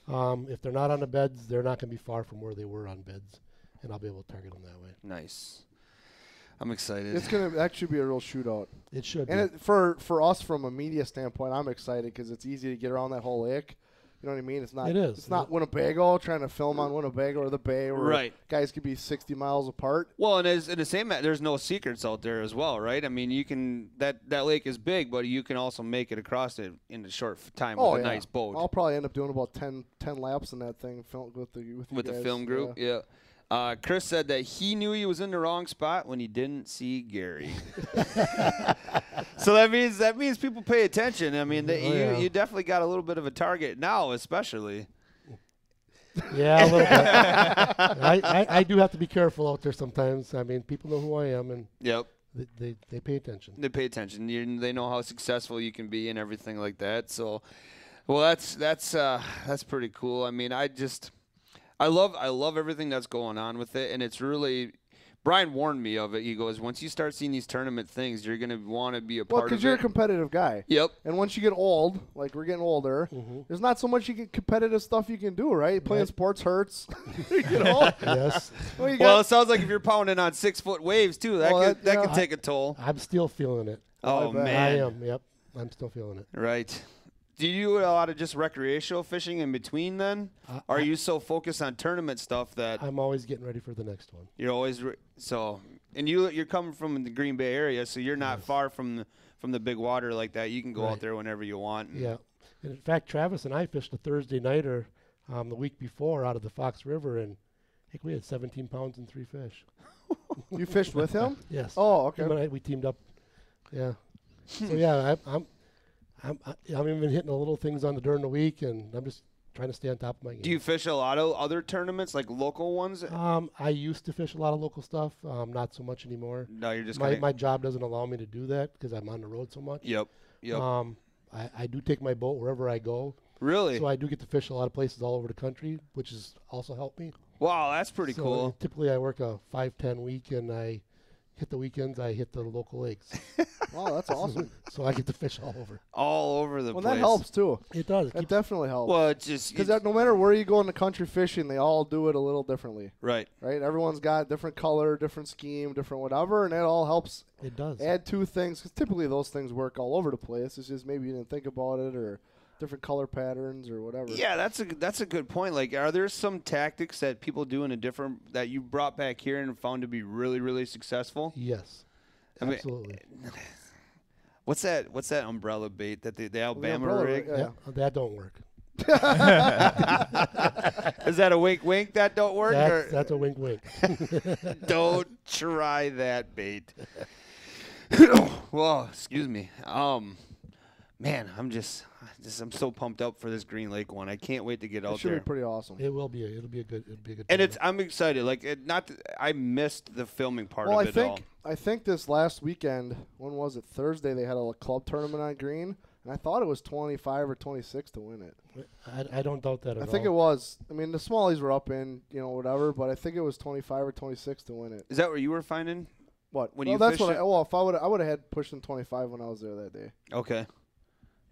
Speaker 6: um, if they're not on the beds, they're not going to be far from where they were on beds, and I'll be able to target them that way.
Speaker 5: Nice. I'm excited.
Speaker 4: It's gonna that should be a real shootout.
Speaker 6: It should.
Speaker 4: And
Speaker 6: be.
Speaker 4: it, for for us from a media standpoint, I'm excited because it's easy to get around that whole lake. You know what I mean? It's not.
Speaker 6: It is.
Speaker 4: It's not Winnebago trying to film on Winnebago or the Bay, where
Speaker 5: Right.
Speaker 4: guys could be 60 miles apart.
Speaker 5: Well, and as in the same, ma- there's no secrets out there as well, right? I mean, you can that that lake is big, but you can also make it across it in a short f- time with a
Speaker 4: Oh, yeah.
Speaker 5: Oh, nice boat
Speaker 4: I'll probably end up doing about 10, 10 laps in that thing film, with the with, you
Speaker 5: with the
Speaker 4: guys,
Speaker 5: film group.
Speaker 4: yeah.
Speaker 5: Yeah. Uh, Chris said that he knew he was in the wrong spot when he didn't see Gary. so that means that means people pay attention. I mean, that you,
Speaker 6: yeah.
Speaker 5: you definitely got a little bit of a target now, especially.
Speaker 6: Yeah, a little bit. I, I, I do have to be careful out there sometimes. I mean, people know who I am and
Speaker 5: Yep.
Speaker 6: they, they, they pay attention.
Speaker 5: they pay attention. You, they know how successful you can be and everything like that. So, well, that's that's uh, that's pretty cool. I mean, I just I love I love everything that's going on with it, and it's really. Brian warned me of it. He goes, once you start seeing these tournament things, you're gonna want to be a
Speaker 4: Well,
Speaker 5: part of
Speaker 4: because you're a
Speaker 5: it.
Speaker 4: competitive guy.
Speaker 5: yep.
Speaker 4: And once you get old, like we're getting older,
Speaker 6: Mm-hmm.
Speaker 4: there's not so much you can competitive stuff you can do, right? Playing sports hurts. you know?
Speaker 6: Yes,
Speaker 4: Well, you
Speaker 5: Well, it
Speaker 4: got-
Speaker 5: sounds like if you're pounding on six foot waves too, that
Speaker 4: Well,
Speaker 5: could,
Speaker 4: that-
Speaker 5: that
Speaker 4: yeah.
Speaker 5: could take a toll.
Speaker 6: I'm still feeling it.
Speaker 5: Oh
Speaker 4: bet. I uh,
Speaker 5: man,
Speaker 6: I am. Yep, I'm still feeling it.
Speaker 5: Right. Do you do a lot of just recreational fishing in between then?
Speaker 4: Uh,
Speaker 5: Are you so focused on tournament stuff that
Speaker 6: I'm always getting ready for the next one.
Speaker 5: You're always re- so, and you you're coming from the Green Bay area, so you're not far from the, from the big water like that. You can go out
Speaker 6: Right.
Speaker 5: there whenever you want. and-
Speaker 6: Yeah, and in fact, Travis and I fished a Thursday nighter um, the week before out of the Fox River, and I think we had 17 pounds and three fish.
Speaker 4: you fished with him?
Speaker 6: Yes.
Speaker 4: Oh, okay.
Speaker 6: Him and I, we teamed up. Yeah. so yeah, I, I'm, I'm, I- I'm even hitting the little things on the during the week, and I'm just trying to stay on top of my game.
Speaker 5: Do you fish a lot of other tournaments, like local ones?
Speaker 6: Um, I used to fish a lot of local stuff. Um, not so much anymore.
Speaker 5: no, you're just
Speaker 6: My,
Speaker 5: kinda,
Speaker 6: my job doesn't allow me to do that because I'm on the road so much.
Speaker 5: Yep. Yep.
Speaker 6: Um, I, I do take my boat wherever I go,
Speaker 5: really?
Speaker 6: so I do get to fish a lot of places all over the country, which has also helped me.
Speaker 5: wow, that's pretty
Speaker 6: So,
Speaker 5: cool.
Speaker 6: Typically, I work a five ten week, and I hit the weekends. I hit the local lakes,
Speaker 4: Wow, that's awesome.
Speaker 6: so I get to fish all over.
Speaker 5: All over the
Speaker 4: well,
Speaker 5: place.
Speaker 4: that helps too.
Speaker 6: It does. It
Speaker 4: That
Speaker 6: keeps,
Speaker 4: definitely helps.
Speaker 5: Well, it's just
Speaker 4: Because
Speaker 5: it's-
Speaker 4: no matter where you go in the country fishing, they all do it a little differently,
Speaker 5: right.
Speaker 4: right? Everyone's got different color, different scheme, different whatever, and that all helps
Speaker 6: it does.
Speaker 4: add two things. Because typically those things work all over the place. It's just maybe you didn't think about it or different color patterns or whatever.
Speaker 5: Yeah, that's a that's a good point. Like, are there some tactics that people do in a different that you brought back here and found to be really really successful?
Speaker 6: yes,
Speaker 5: I mean,
Speaker 6: absolutely.
Speaker 5: What's that? What's that umbrella bait that the,
Speaker 6: Oh,
Speaker 5: the Alabama
Speaker 4: umbrella
Speaker 5: rig?
Speaker 4: rig, yeah.
Speaker 6: yeah, uh, that don't work.
Speaker 5: Is that a wink wink that don't work?
Speaker 6: That's,
Speaker 5: or
Speaker 6: that's a wink, wink.
Speaker 5: don't try that bait. well, excuse me. Um man, I'm just, just I'm so pumped up for this Green Lake one. I can't wait to get
Speaker 4: It
Speaker 5: out
Speaker 4: should
Speaker 5: there.
Speaker 4: be pretty awesome.
Speaker 6: it will be. A, it'll be a good. It'll be a good.
Speaker 5: and
Speaker 6: tournament.
Speaker 5: it's I'm excited. Like it, not th- I missed the filming part
Speaker 4: Well,
Speaker 5: of
Speaker 4: I
Speaker 5: it
Speaker 4: think
Speaker 5: all.
Speaker 4: I think this last weekend, when was it? Thursday, they had a l- club tournament on green, and I thought it was 25 or 26 to win it.
Speaker 6: I, I don't doubt that at
Speaker 4: I think it
Speaker 6: all.
Speaker 4: was. I mean, the smallies were up in, you know, whatever, but I think it was 25 or 26 to win it.
Speaker 5: Is that what you were finding?
Speaker 4: What?
Speaker 5: When
Speaker 4: well,
Speaker 5: you
Speaker 4: that's
Speaker 5: fished
Speaker 4: what. I,
Speaker 5: it-
Speaker 4: well, if I would, I would have had pushing twenty five when I was there that day.
Speaker 5: Okay.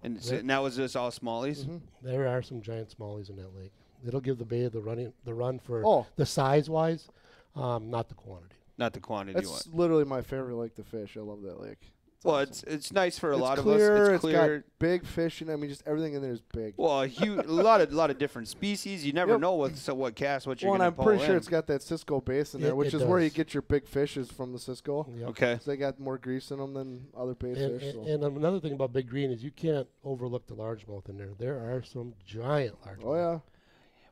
Speaker 5: And, so, and that was just all smallies.
Speaker 4: Mm-hmm.
Speaker 6: There are some giant smallies in that lake. It'll give the bay the running the run for
Speaker 4: Oh.
Speaker 6: the size wise, um, not the quantity.
Speaker 5: not the quantity one.
Speaker 4: That's literally my favorite lake to fish. I love that lake.
Speaker 5: Well, it's it's nice for a
Speaker 4: it's
Speaker 5: lot
Speaker 4: clear,
Speaker 5: of us. It's clear.
Speaker 4: It's got big fish, and I mean, just everything in there is big.
Speaker 5: well, a huge, a lot of lot of different species. You never
Speaker 4: Yep.
Speaker 5: know what so what cast what you're
Speaker 4: Well, and
Speaker 5: gonna
Speaker 4: I'm pretty
Speaker 5: pull
Speaker 4: sure
Speaker 5: in.
Speaker 4: it's got that Cisco bass in there,
Speaker 6: It-
Speaker 4: which
Speaker 6: it
Speaker 4: is where you
Speaker 6: does.
Speaker 4: get your big fishes from the Cisco.
Speaker 6: Yep.
Speaker 5: okay.
Speaker 4: 'Cause They got more grease in them than other bass
Speaker 6: And,
Speaker 4: fish.
Speaker 6: and,
Speaker 4: so.
Speaker 6: and another thing about Big Green is you can't overlook the largemouth in there. There are some giant largemouth.
Speaker 4: oh yeah.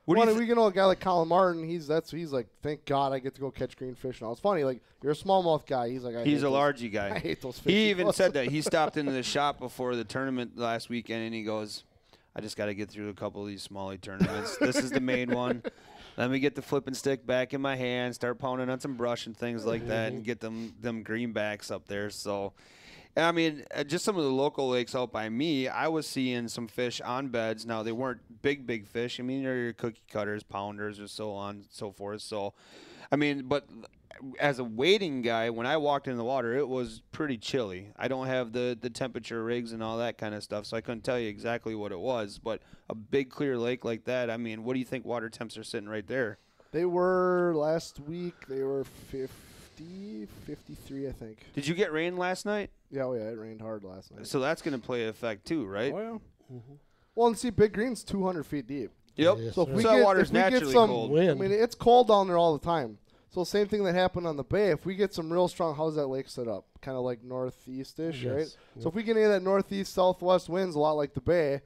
Speaker 5: What do
Speaker 4: well,
Speaker 5: you
Speaker 4: and we can know a guy like Colin Martin. He's that's he's like, thank God I get to go catch green fish now. It's funny, like you're a smallmouth guy. He's like, I hate
Speaker 5: He's a
Speaker 4: those-
Speaker 5: largy guy.
Speaker 4: I hate those fishy
Speaker 5: He even
Speaker 4: ones.
Speaker 5: said that he stopped into the shop before the tournament last weekend, and he goes, "I just got to get through a couple of these smallie tournaments. this is the main one. Let me get the flipping stick back in my hand, start pounding on some brush and things like that, and get them them greenbacks up there." So. and I mean, uh, just some of the local lakes out by me, I was seeing some fish on beds. Now, they weren't big, big fish. I mean, they're your cookie cutters, pounders, or so on and so forth. So, I mean, but as a wading guy, when I walked in the water, it was pretty chilly. I don't have the the temperature rigs and all that kind of stuff, so I couldn't tell you exactly what it was. But a big clear lake like that, I mean, what do you think water temps are sitting right there?
Speaker 4: They were last week. They were 50, 53, I think.
Speaker 5: Did you get rain last night?
Speaker 4: Yeah, oh yeah, it rained hard last night.
Speaker 5: So that's going to play effect too, right?
Speaker 4: Oh yeah. Well, and see, Big Green's 200 feet deep.
Speaker 5: Yep.
Speaker 6: Yes,
Speaker 5: so
Speaker 4: So
Speaker 6: sir.
Speaker 4: if we
Speaker 5: that
Speaker 4: get,
Speaker 5: water's
Speaker 4: if we
Speaker 5: naturally
Speaker 4: get some,
Speaker 5: cold.
Speaker 4: I
Speaker 6: Wind.
Speaker 4: mean, it's cold down there all the time. So same thing that happened on the bay. If we get some real strong, how's that lake set up? Kind of like northeast-ish,
Speaker 6: Yes,
Speaker 4: right?
Speaker 6: yep.
Speaker 4: So if we get any of that northeast, southwest winds, a lot like the bay,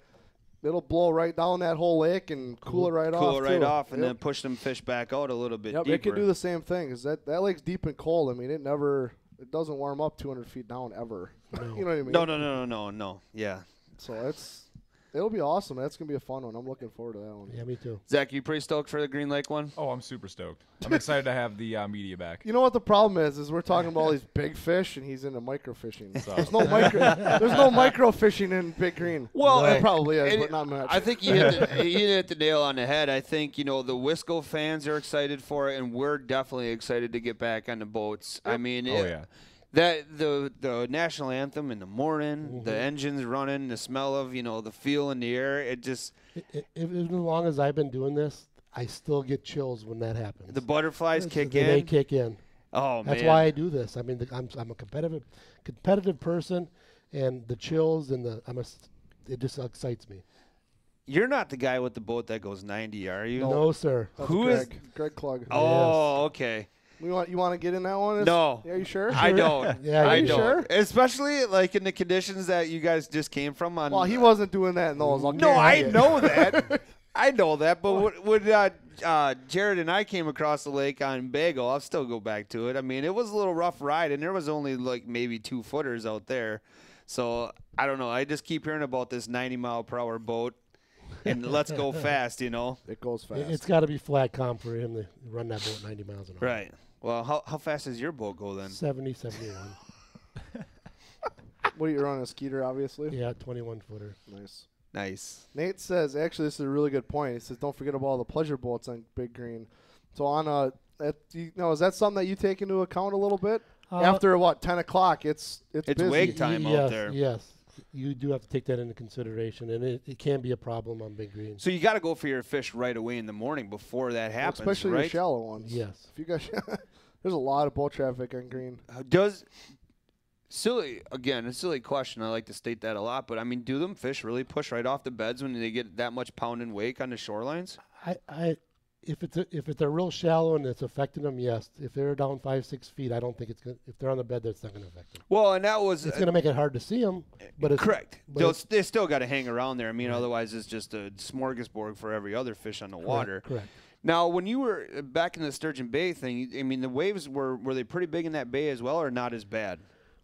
Speaker 4: it'll blow right down that whole lake and cool it right off.
Speaker 5: Cool it right
Speaker 4: too.
Speaker 5: off, and
Speaker 4: Yep.
Speaker 5: then push them fish back out a little bit
Speaker 4: Yep,
Speaker 5: deeper.
Speaker 4: it can do the same thing. 'cause that that lake's deep and cold. I mean, it never it doesn't warm up 200 feet down ever. you know what I mean?
Speaker 5: no, no, no, no, no, no. Yeah.
Speaker 4: So it's it'll be awesome. That's gonna be a fun one. I'm looking forward to that one.
Speaker 6: Yeah, me too.
Speaker 5: Zach, you pretty stoked for the Green Lake one?
Speaker 7: Oh, I'm super stoked. I'm excited to have the uh, media back.
Speaker 4: You know what the problem is? Is we're talking about all these big fish, and he's into microfishing. There's no micro. there's no microfishing in Big Green.
Speaker 5: Well,
Speaker 4: there
Speaker 5: I-
Speaker 4: probably is,
Speaker 5: and
Speaker 4: but not much.
Speaker 5: I think you hit, the, you hit the nail on the head. I think you know the Wisco fans are excited for it, and we're definitely excited to get back on the boats. I mean,
Speaker 7: Oh,
Speaker 5: it-
Speaker 7: yeah.
Speaker 5: that the the national anthem in the morning, the engines running, the smell of you know the feel in the air. It just
Speaker 6: I- I- if- as long as I've been doing this, I still get chills when that happens.
Speaker 5: the butterflies kick
Speaker 6: they, They
Speaker 5: in.
Speaker 6: kick in.
Speaker 5: Oh
Speaker 6: That's
Speaker 5: man,
Speaker 6: why I do this. I mean, the, I'm, I'm a competitive, competitive person, and the chills and the I'm a, s- it just excites me.
Speaker 5: you're not the guy with the boat that goes 90, are you?
Speaker 6: No, sir.
Speaker 5: Who is?
Speaker 4: Greg, Greg Klug?
Speaker 5: Oh, okay.
Speaker 4: we want you want to get in that one? Is-
Speaker 5: No.
Speaker 4: Are you sure?
Speaker 5: I don't.
Speaker 6: Yeah,
Speaker 5: I
Speaker 6: you
Speaker 5: don't.
Speaker 4: sure?
Speaker 5: Especially like in the conditions that you guys just came from. On
Speaker 4: Well, he wasn't doing that in those. I'll
Speaker 5: No, I
Speaker 4: guarantee it.
Speaker 5: know that. I know that. But when, when uh, uh, Jared and I came across the lake on Bagel, I'll still go back to it. I mean, it was a little rough ride, and there was only like maybe two footers out there. So I don't know. I just keep hearing about this 90 mile per hour boat, and let's go fast, you know?
Speaker 4: It goes fast.
Speaker 6: It, has got to be flat calm for him to run that boat 90 miles an hour.
Speaker 5: Right. Well, how, how fast does your boat go then?
Speaker 6: 70, 71.
Speaker 4: what are you on a skeeter? Obviously.
Speaker 6: yeah, 21 footer.
Speaker 4: Nice.
Speaker 5: Nice.
Speaker 4: Nate says, actually, this is a really good point. He says, don't forget about all the pleasure boats on Big Green. So on a, that, you know, is that something that you take into account a little bit?
Speaker 6: Uh,
Speaker 4: After what, ten o'clock? It's it's,
Speaker 5: It's
Speaker 4: busy.
Speaker 5: wake time
Speaker 6: yes,
Speaker 5: out there.
Speaker 6: Yes. You do have to take that into consideration, and it, it can be a problem on Big Green.
Speaker 5: So you got to go for your fish right away in the morning before that
Speaker 4: Well,
Speaker 5: happens,
Speaker 4: especially
Speaker 5: right?
Speaker 4: your shallow ones.
Speaker 6: Yes.
Speaker 4: If you guys, there's a lot of boat traffic on Green.
Speaker 5: Does silly again? A silly question. I like to state that a lot, but I mean, do them fish really push right off the beds when they get that much pound and wake on the shorelines?
Speaker 6: I, I if it's a, if it's they're real shallow and it's affecting them, yes. If they're down five six feet, I don't think it's gonna, if they're on the bed, that's not going to affect them.
Speaker 5: Well, and that was uh,
Speaker 6: It's going to make it hard to see them, but it's,
Speaker 5: correct.
Speaker 6: but
Speaker 5: They'll,
Speaker 6: it's-
Speaker 5: they still got to hang around there. I mean, otherwise it's just a smorgasbord for every other fish on the water.
Speaker 6: correct.
Speaker 5: Now, when you were uh, back in the Sturgeon Bay thing, I mean, the waves were were they pretty big in that bay as well, or not as bad?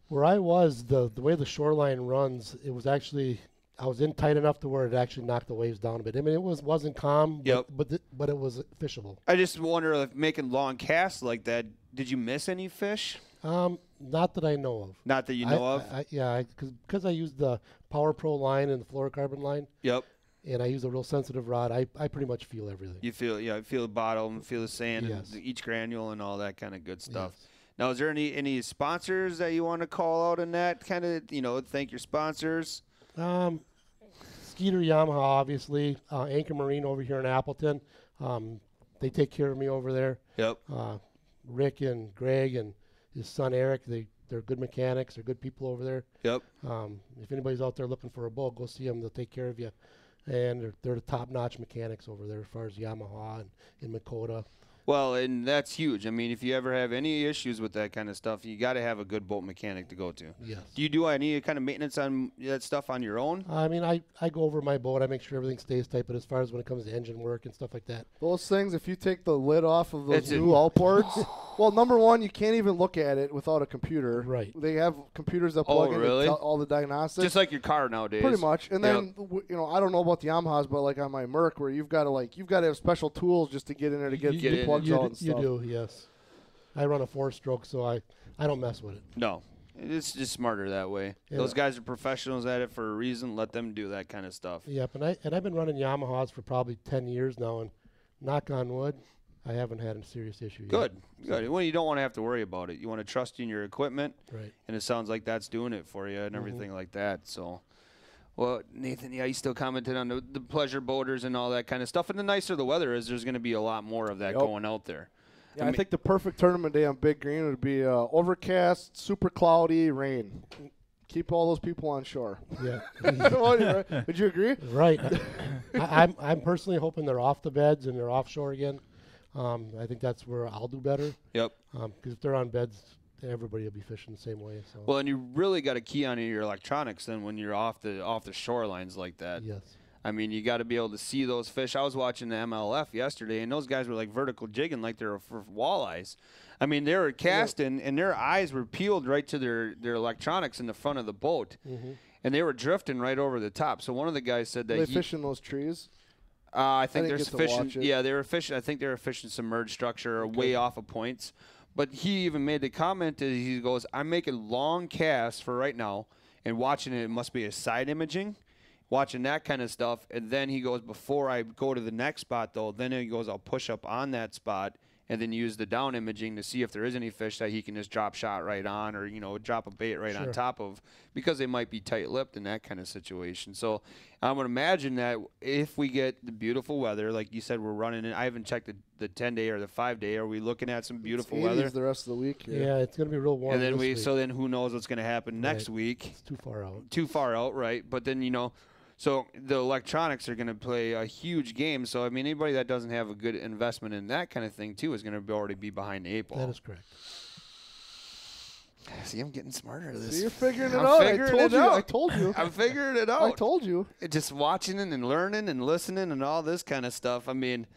Speaker 6: Where I was, the the way the shoreline runs, it was actually I was in tight enough to where it actually knocked the waves down a bit. I mean, it was wasn't calm, but
Speaker 5: Yep.
Speaker 6: but, th- but it was fishable.
Speaker 5: I just wonder if making long casts like that, did you miss any fish?
Speaker 6: Um, not that I know of.
Speaker 5: Not that you
Speaker 6: I-
Speaker 5: know of.
Speaker 6: I, I, yeah, because I used the Power Pro line and the fluorocarbon line,
Speaker 5: yep.
Speaker 6: and I use a real sensitive rod. I, I pretty much feel everything.
Speaker 5: You feel yeah, you feel the bottom, feel the sand, and
Speaker 6: Yes.
Speaker 5: the- each granule, and all that kind of good stuff. Now, is there any any sponsors that you want to call out in that kind of you know thank your sponsors?
Speaker 6: Um, Skeeter Yamaha, obviously. Uh, Anchor Marine over here in Appleton. Um, they take care of me over there.
Speaker 5: Yep.
Speaker 6: Uh, Rick and Greg and his son Eric, they, they're good mechanics. They're good people over there.
Speaker 5: Yep.
Speaker 6: Um, if anybody's out there looking for a boat, go see them. They'll take care of you. And they're, they're the top-notch mechanics over there as far as Yamaha and, and Makota.
Speaker 5: Well, and that's huge. I mean, if you ever have any issues with that kind of stuff, you got to have a good boat mechanic to go to.
Speaker 6: Yes.
Speaker 5: Do you do any kind of maintenance on that stuff on your own?
Speaker 6: I mean, I, I go over my boat. I make sure everything stays tight. But as far as when it comes to engine work and stuff like that,
Speaker 4: Those things, if you take the lid off of those
Speaker 5: It's a-
Speaker 4: new all ports, well, number one, you can't even look at it without a computer.
Speaker 6: Right.
Speaker 4: They have computers that
Speaker 5: Oh,
Speaker 4: plug in to
Speaker 5: really?
Speaker 4: tell all the diagnostics.
Speaker 5: Just like your car nowadays.
Speaker 4: Pretty much. And
Speaker 5: Yep.
Speaker 4: then, w you know, I don't know about the Yamahas, but like on my Merc, where you've got to like, you've got to have special tools just to get in there to get,
Speaker 5: get
Speaker 4: the
Speaker 5: in
Speaker 4: plugs
Speaker 6: you,
Speaker 4: out
Speaker 6: d-
Speaker 4: and
Speaker 6: you
Speaker 4: stuff.
Speaker 6: do, yes. I run a four-stroke, so I, I don't mess with it.
Speaker 5: No, it's just smarter that way.
Speaker 6: Yeah.
Speaker 5: Those guys are professionals at it for a reason. Let them do that kind of stuff.
Speaker 6: Yep, and I and I've been running Yamahas for probably ten years now, and knock on wood, I haven't had a serious issue. Yet.
Speaker 5: Good, good. Well, you don't want to have to worry about it. You want to trust in your equipment,
Speaker 6: Right.
Speaker 5: and it sounds like that's doing it for you and everything like that. So, well, Nathan, yeah, you still commented on the, the pleasure boaters and all that kind of stuff. And the nicer the weather is, there's going to be a lot more of that
Speaker 4: Yep.
Speaker 5: going out there.
Speaker 4: Yeah, I think the perfect tournament day on Big Green would be uh, overcast, super cloudy, rain. Keep all those people on shore.
Speaker 6: Yeah.
Speaker 4: Would you agree?
Speaker 6: right. I, I'm I'm personally hoping they're off the beds and they're offshore again. Um, I think that's where I'll do better
Speaker 5: Yep.
Speaker 6: because if they're on beds, everybody will be fishing the same way. So
Speaker 5: Well, and you really got to key on your electronics then when you're off the off the shorelines like that.
Speaker 6: yes,
Speaker 5: I mean, you got to be able to see those fish. I was watching the MLF yesterday, and those guys were like vertical jigging like they were for walleyes. I mean, they were casting, and their eyes were peeled right to their, their electronics in the front of the boat, and they were drifting right over the top. So one of the guys said
Speaker 4: They
Speaker 5: that he,
Speaker 4: fish in those trees.
Speaker 5: uh, I think
Speaker 4: didn't
Speaker 5: they're
Speaker 4: get to
Speaker 5: fishing.
Speaker 4: watch it.
Speaker 5: Yeah, they were fishing. I think they were fishing submerged structure or way off of points. But he even made the comment that he goes, "I'm making long casts for right now, and watching it, it must be a side imaging, watching that kind of stuff." And then he goes, "Before I go to the next spot, though, then he goes, I'll push up on that spot." And then use the down imaging to see if there is any fish that he can just drop shot right on, or you know, drop a bait right on top of, because they might be tight-lipped in that kind of situation. So I would imagine that if we get the beautiful weather, like you said, we're running. In, I haven't checked the, the ten day or the five day. Are we looking at some beautiful
Speaker 4: 80s
Speaker 5: weather?
Speaker 4: the rest of the week.
Speaker 6: yeah.
Speaker 4: Here.
Speaker 6: it's gonna be real warm.
Speaker 5: And then
Speaker 6: this
Speaker 5: we.
Speaker 6: week.
Speaker 5: So then who knows what's going to happen next
Speaker 6: Right.
Speaker 5: week?
Speaker 6: it's too far out.
Speaker 5: Too far out, right? But then you know, so the electronics are going to play a huge game. So I mean, anybody that doesn't have a good investment in that kind of thing too is going to be already be behind the eight ball.
Speaker 6: That is correct.
Speaker 5: See, I'm getting smarter. at This.
Speaker 4: See, you're figuring it
Speaker 5: I'm
Speaker 4: out.
Speaker 5: figuring
Speaker 4: I told
Speaker 5: it
Speaker 4: you. I
Speaker 5: out.
Speaker 4: told you.
Speaker 5: I'm figuring it out.
Speaker 4: I told you.
Speaker 5: it- just watching it and learning and listening and all this kind of stuff. I mean,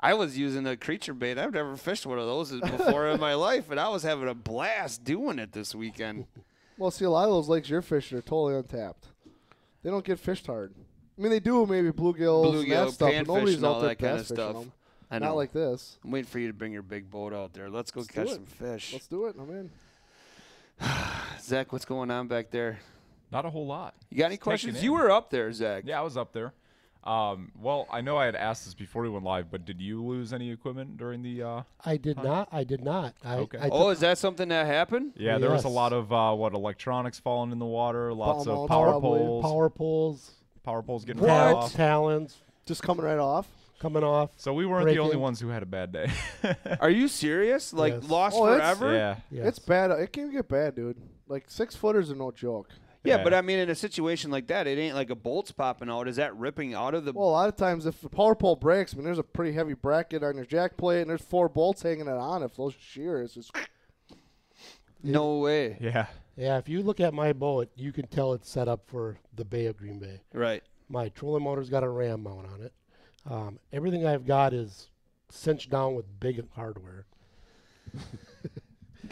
Speaker 5: I was using a creature bait. I've never fished one of those before in my life, and I was having a blast doing it this weekend.
Speaker 4: Well, see, a lot of those lakes you're fishing are totally untapped. They don't get fished hard. I mean, they do maybe bluegills, and that
Speaker 5: Bluegill,
Speaker 4: stuff, but
Speaker 5: panfish,
Speaker 4: nobody's
Speaker 5: and
Speaker 4: out
Speaker 5: all
Speaker 4: there
Speaker 5: that kind
Speaker 4: bass
Speaker 5: of
Speaker 4: fishing
Speaker 5: stuff.
Speaker 4: them.
Speaker 5: I know.
Speaker 4: Not like this.
Speaker 5: I'm waiting for you to bring your big boat out there. Let's go
Speaker 4: Let's do
Speaker 5: catch
Speaker 4: it.
Speaker 5: some fish.
Speaker 4: Let's do it. I'm in.
Speaker 5: Zach, what's going on back there?
Speaker 7: Not a whole lot.
Speaker 5: You got any
Speaker 7: Just taking
Speaker 5: questions?
Speaker 7: in.
Speaker 5: You were up there, Zach.
Speaker 7: Yeah, I was up there. Um, well, I know I had asked this before we went live, but did you lose any equipment during the? Uh,
Speaker 6: I did not. I did not. I,
Speaker 7: Okay.
Speaker 6: I
Speaker 5: Oh, is that something that happened?
Speaker 7: yeah, there was a
Speaker 6: Yes.
Speaker 7: lot of uh, what electronics falling in the water, lots
Speaker 4: Almost
Speaker 7: of power
Speaker 4: probably.
Speaker 7: poles, power,
Speaker 6: power poles,
Speaker 7: poles getting cut
Speaker 6: talons,
Speaker 7: off.
Speaker 6: talons
Speaker 4: Just coming right off.
Speaker 6: coming off.
Speaker 7: So we weren't the only
Speaker 6: Breaking.
Speaker 7: ones who had a bad day.
Speaker 5: Are you serious? Like
Speaker 6: Yes.
Speaker 5: lost
Speaker 4: Oh, it's-
Speaker 5: forever?
Speaker 7: yeah.
Speaker 6: Yes.
Speaker 4: It's bad. It can get bad, dude. Like six footers are no joke.
Speaker 5: Yeah,
Speaker 7: Yeah.
Speaker 5: but I mean, in a situation like that, it ain't like a bolt's popping out. Is that ripping out of the
Speaker 4: Well, a lot of times if the power pole breaks, I mean, there's a pretty heavy bracket on your jack plate, and there's four bolts hanging it on. If those shears, just
Speaker 5: No way.
Speaker 7: Yeah.
Speaker 6: Yeah, if you look at my boat, you can tell it's set up for the Bay of Green Bay.
Speaker 5: Right.
Speaker 6: My trolling motor's got a ram mount on it. Um, everything I've got is cinched down with big hardware.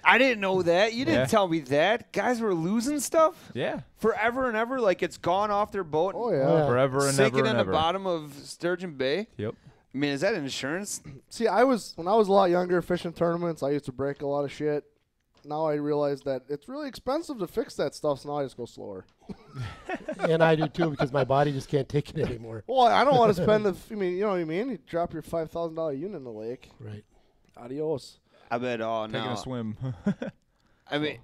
Speaker 5: I didn't know that. You didn't
Speaker 7: Yeah.
Speaker 5: tell me that. Guys were losing stuff
Speaker 7: Yeah.
Speaker 5: forever and ever. Like it's gone off their boat.
Speaker 4: oh yeah.
Speaker 6: Yeah.
Speaker 7: Forever and ever
Speaker 5: Sinking in
Speaker 7: and
Speaker 5: the
Speaker 7: ever.
Speaker 5: bottom of Sturgeon Bay.
Speaker 7: Yep.
Speaker 5: I mean, is that insurance?
Speaker 4: See, I was when I was a lot younger fishing tournaments. I used to break a lot of shit. Now I realize that it's really expensive to fix that stuff, so now I just go slower.
Speaker 6: and I do too because my body just can't take it anymore.
Speaker 4: Well, I don't want to spend the. I mean, you know what I mean. You drop your five thousand dollar unit in the lake.
Speaker 6: Right.
Speaker 4: Adios.
Speaker 5: I bet all
Speaker 7: Taking
Speaker 5: now.
Speaker 7: a swim.
Speaker 5: I mean,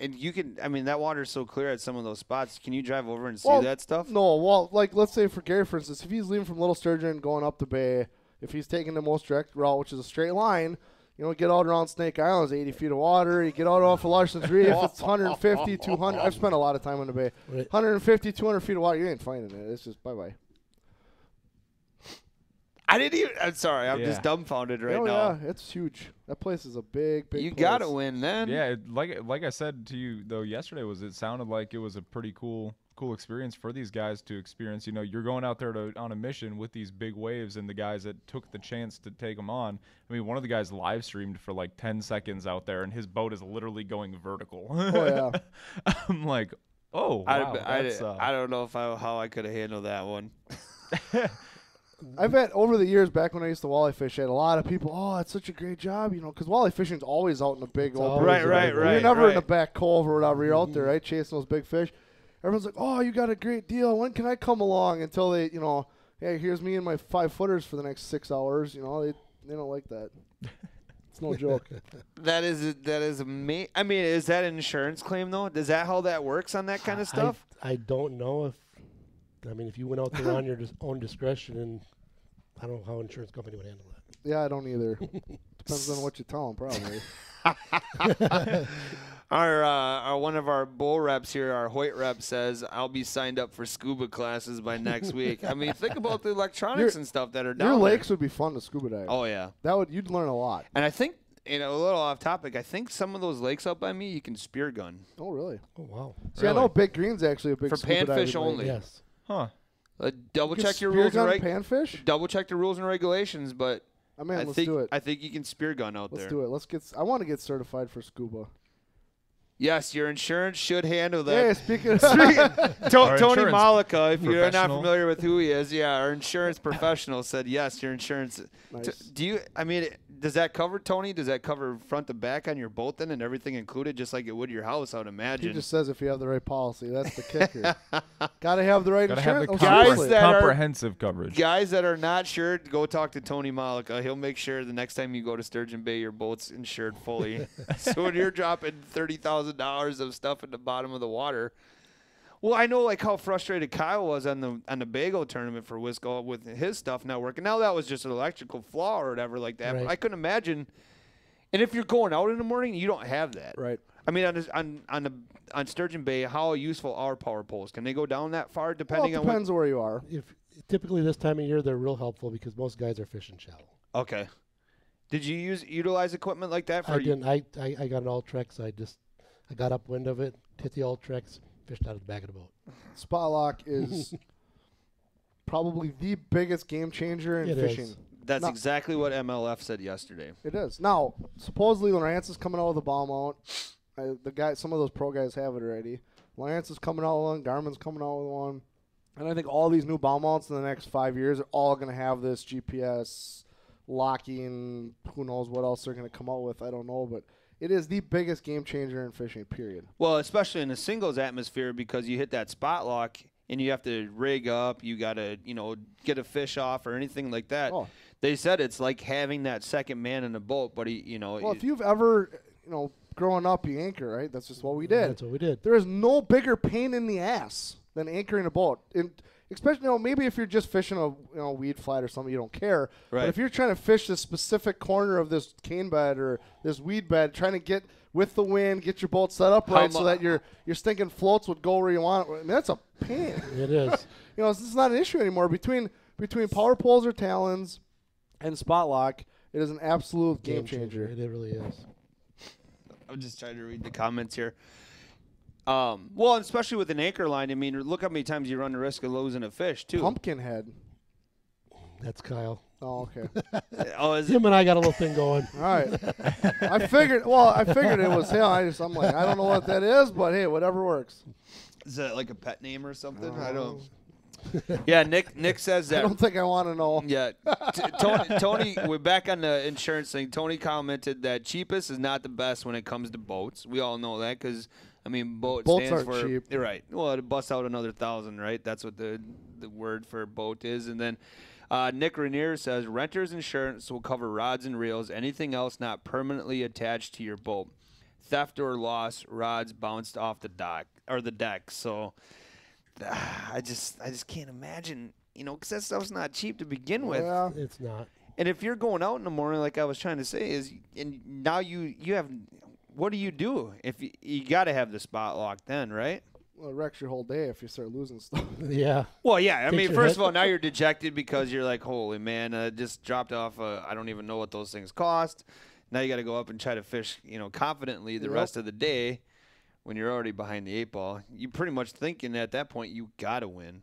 Speaker 5: and you can. I mean, that water's so clear at some of those spots. Can you drive over and see
Speaker 4: Well,
Speaker 5: that stuff?
Speaker 4: No, well, like let's say for Gary, for instance, if he's leaving from Little Sturgeon going up the bay, if he's taking the most direct route, which is a straight line, you know, get out around Snake Island, it's 80 feet of water. You get out off of Larson's Reef, it's 150, 200. I've spent a lot of time on the bay.
Speaker 6: Right.
Speaker 4: 150, 200 feet of water, you ain't finding it. It's just bye bye.
Speaker 5: I didn't even. I'm sorry. I'm
Speaker 7: Yeah.
Speaker 5: just dumbfounded right
Speaker 4: oh,
Speaker 5: now.
Speaker 4: yeah, it's huge. That place is a big, big
Speaker 5: You
Speaker 4: place.
Speaker 5: gotta win then.
Speaker 7: yeah, it, like like I said to you though yesterday was it sounded like it was a pretty cool cool experience for these guys to experience. You know, you're going out there to, on a mission with these big waves and the guys that took the chance to take them on. I mean, one of the guys live streamed for like 10 seconds out there and his boat is literally going vertical.
Speaker 4: Oh, yeah.
Speaker 7: I'm like, "Oh,
Speaker 5: I,
Speaker 7: wow,
Speaker 5: I,
Speaker 7: that's, uh,
Speaker 5: I don't know if I, how I could have handled that one.
Speaker 4: I've had over the years, back when I used to walleye fish, I had a lot of people. Oh, it's such a great job, you know, because walleye fishing's always out in the big open.
Speaker 6: always Right, out
Speaker 5: right, there. right,
Speaker 4: You're never in the
Speaker 5: right. Mm-hmm.
Speaker 4: back cove or whatever. You're out there, right, chasing those big fish. Everyone's like, "Oh, you got a great deal. When can I come along?" Until they, you know, hey, here's me and my five footers for the next six hours. You know, they they don't like that. It's no joke.
Speaker 5: That is that is amazing. I mean, is that an insurance claim though? Is that how that works on that kind of stuff?
Speaker 6: I, I don't know if, I mean, if you went out there on your dis- own discretion, and I don't know how insurance company would handle that.
Speaker 4: yeah, I don't either. Depends on what you tell them, probably.
Speaker 5: Our, uh, our one of our bull reps here, our Hoyt rep, says I'll be signed up for scuba classes by next week. I mean, think about the electronics
Speaker 4: Your-
Speaker 5: and stuff that are down
Speaker 4: Your
Speaker 5: there.
Speaker 4: lakes would be fun to scuba dive.
Speaker 5: Oh yeah,
Speaker 4: That would you'd learn a lot.
Speaker 5: and I think you know a little off topic. I think some of those lakes up by me, you can spear gun.
Speaker 4: Oh, really?
Speaker 6: Oh wow.
Speaker 4: See, I know Big Green's actually a big
Speaker 5: For
Speaker 4: scuba
Speaker 5: panfish
Speaker 4: diving lake.
Speaker 5: only.
Speaker 6: Yes.
Speaker 7: huh.
Speaker 5: Uh, double
Speaker 4: You can
Speaker 5: check your
Speaker 4: spear
Speaker 5: rules and
Speaker 4: gun
Speaker 5: reg-
Speaker 4: panfish.
Speaker 5: double check the rules and regulations, but
Speaker 4: I mean,
Speaker 5: I
Speaker 4: let's
Speaker 5: think
Speaker 4: do it.
Speaker 5: I think you can spear gun out
Speaker 4: let's
Speaker 5: there.
Speaker 4: do it. Let's get. s- I want to get certified for scuba.
Speaker 5: Yes, your insurance should handle that.
Speaker 4: Yeah, speaking of
Speaker 5: To-
Speaker 7: Our
Speaker 5: Tony
Speaker 7: insurance
Speaker 5: Malika, if you're not
Speaker 7: professional.
Speaker 5: familiar with who he is, yeah, our insurance professional said yes. Your insurance. t-
Speaker 4: Nice.
Speaker 5: do you? I mean, does that cover Tony? Does that cover front to back on your boat then, and everything included, just like it would your house? I would
Speaker 4: he
Speaker 5: imagine.
Speaker 4: just says if you have the right policy, that's the kicker. Gotta have the right
Speaker 7: Got to have
Speaker 4: insurance.
Speaker 7: the
Speaker 4: oh,
Speaker 5: guys
Speaker 4: seriously.
Speaker 5: that are-
Speaker 7: comprehensive coverage.
Speaker 5: Guys that are not sure, go talk to Tony Malika. He'll make sure the next time you go to Sturgeon Bay, your boat's insured fully. so when you're dropping thirty thousand dollars of stuff at the bottom of the water, well, I know like how frustrated Kyle was on the on the bagel tournament for Wisco with his stuff not working. Now that was just an electrical flaw or whatever like that. But
Speaker 6: Right.
Speaker 5: I couldn't imagine. And if you're going out in the morning, you don't have that.
Speaker 4: Right.
Speaker 5: I mean, on this- on on the on Sturgeon Bay, how useful are power poles? Can they go down that far?
Speaker 4: Well, it
Speaker 5: Depending on
Speaker 4: depends on where you are.
Speaker 6: If typically this time of year they're real helpful because most guys are fishing shallow.
Speaker 5: Okay. Did you use utilize equipment like that for
Speaker 6: I
Speaker 5: you-
Speaker 6: didn't. I, I I got an all trex. I just I got upwind of it, hit the all trex, fished out of the back of the boat.
Speaker 4: Spot lock is probably the biggest game changer in
Speaker 6: It is.
Speaker 4: fishing.
Speaker 5: That's
Speaker 4: No.
Speaker 5: exactly what MLF said yesterday.
Speaker 4: It is now supposedly Lawrence is coming out with a bomb mount. I, the guy, some of those pro guys have it already. Lawrence is coming out with one. Garmin's coming out with one, and I think all these new bomb mounts in the next five years are all going to have this GPS locking. Who knows what else they're going to come out with? I don't know, but it is the biggest game changer in fishing. Period.
Speaker 5: Well, especially in a singles atmosphere because you hit that spot lock and you have to rig up, you got to, you know, get a fish off or anything like that.
Speaker 4: Oh.
Speaker 5: They said it's like having that second man in the boat, but he, you know,
Speaker 4: Well,
Speaker 5: it-
Speaker 4: if you've ever, you know, growing up, you anchor, right? That's just what we did.
Speaker 6: That's what we did.
Speaker 4: There is no bigger pain in the ass than anchoring a boat. And especially, you know, maybe if you're just fishing a you know, weed flat or something, you don't care.
Speaker 5: Right.
Speaker 4: But if you're trying to fish this specific corner of this cane bed or this weed bed, trying to get with the wind, get your boat set up
Speaker 5: How
Speaker 4: right
Speaker 5: mu-
Speaker 4: so that your your stinking floats would go where you want. it. I mean, that's a pain.
Speaker 6: It is.
Speaker 4: you know, this is not an issue anymore between between power poles or talons and spot lock. It is an absolute game, changer.
Speaker 6: It, it really is.
Speaker 5: I'm just trying to read the comments here. Um, well, and especially with an anchor line, I mean, look how many times you run the risk of losing a fish, too.
Speaker 4: Pumpkin head.
Speaker 6: That's Kyle.
Speaker 4: Oh, okay.
Speaker 5: Oh, is it?
Speaker 6: Him and I got a little thing going.
Speaker 4: All right. I figured. Well, I figured it was him. I just. I'm like, I don't know what that is, but hey, whatever works.
Speaker 5: Is that like a pet name or something? I don't. yeah, Nick. Nick says
Speaker 4: Oh. I
Speaker 5: that.
Speaker 4: don't think I want to know.
Speaker 5: Yeah, T- Tony. Tony, we're back on the insurance thing. Tony commented that cheapest is not the best when it comes to boats. We all know that because I mean, boat
Speaker 4: Boats
Speaker 5: stands
Speaker 4: aren't
Speaker 5: for
Speaker 4: cheap.
Speaker 5: You're right. Well, it busts out another thousand, right? That's what the the word for boat is, and then. Uh, Nick Rainier says renters insurance will cover rods and reels, anything else not permanently attached to your boat. Theft or loss, rods bounced off the dock or the deck. So I just I just can't imagine, you know, because that stuff's not cheap to begin with.
Speaker 4: Yeah.
Speaker 6: It's not.
Speaker 5: And if you're going out in the morning, like I was trying to say, is and now you you have, what do you do if you, you got to have the spot locked then, right?
Speaker 4: Well, it wrecks your whole day if you start losing stuff.
Speaker 6: Yeah.
Speaker 5: Well, yeah. I
Speaker 6: Takes
Speaker 5: mean,
Speaker 6: your
Speaker 5: first
Speaker 6: head-
Speaker 5: of all, now you're dejected because you're like, holy man, I just dropped off. Uh, I don't even know what those things cost. Now you got to go up and try to fish, you know, confidently the
Speaker 4: Yep.
Speaker 5: rest of the day when you're already behind the eight ball. You pretty much thinking at that point you got to win.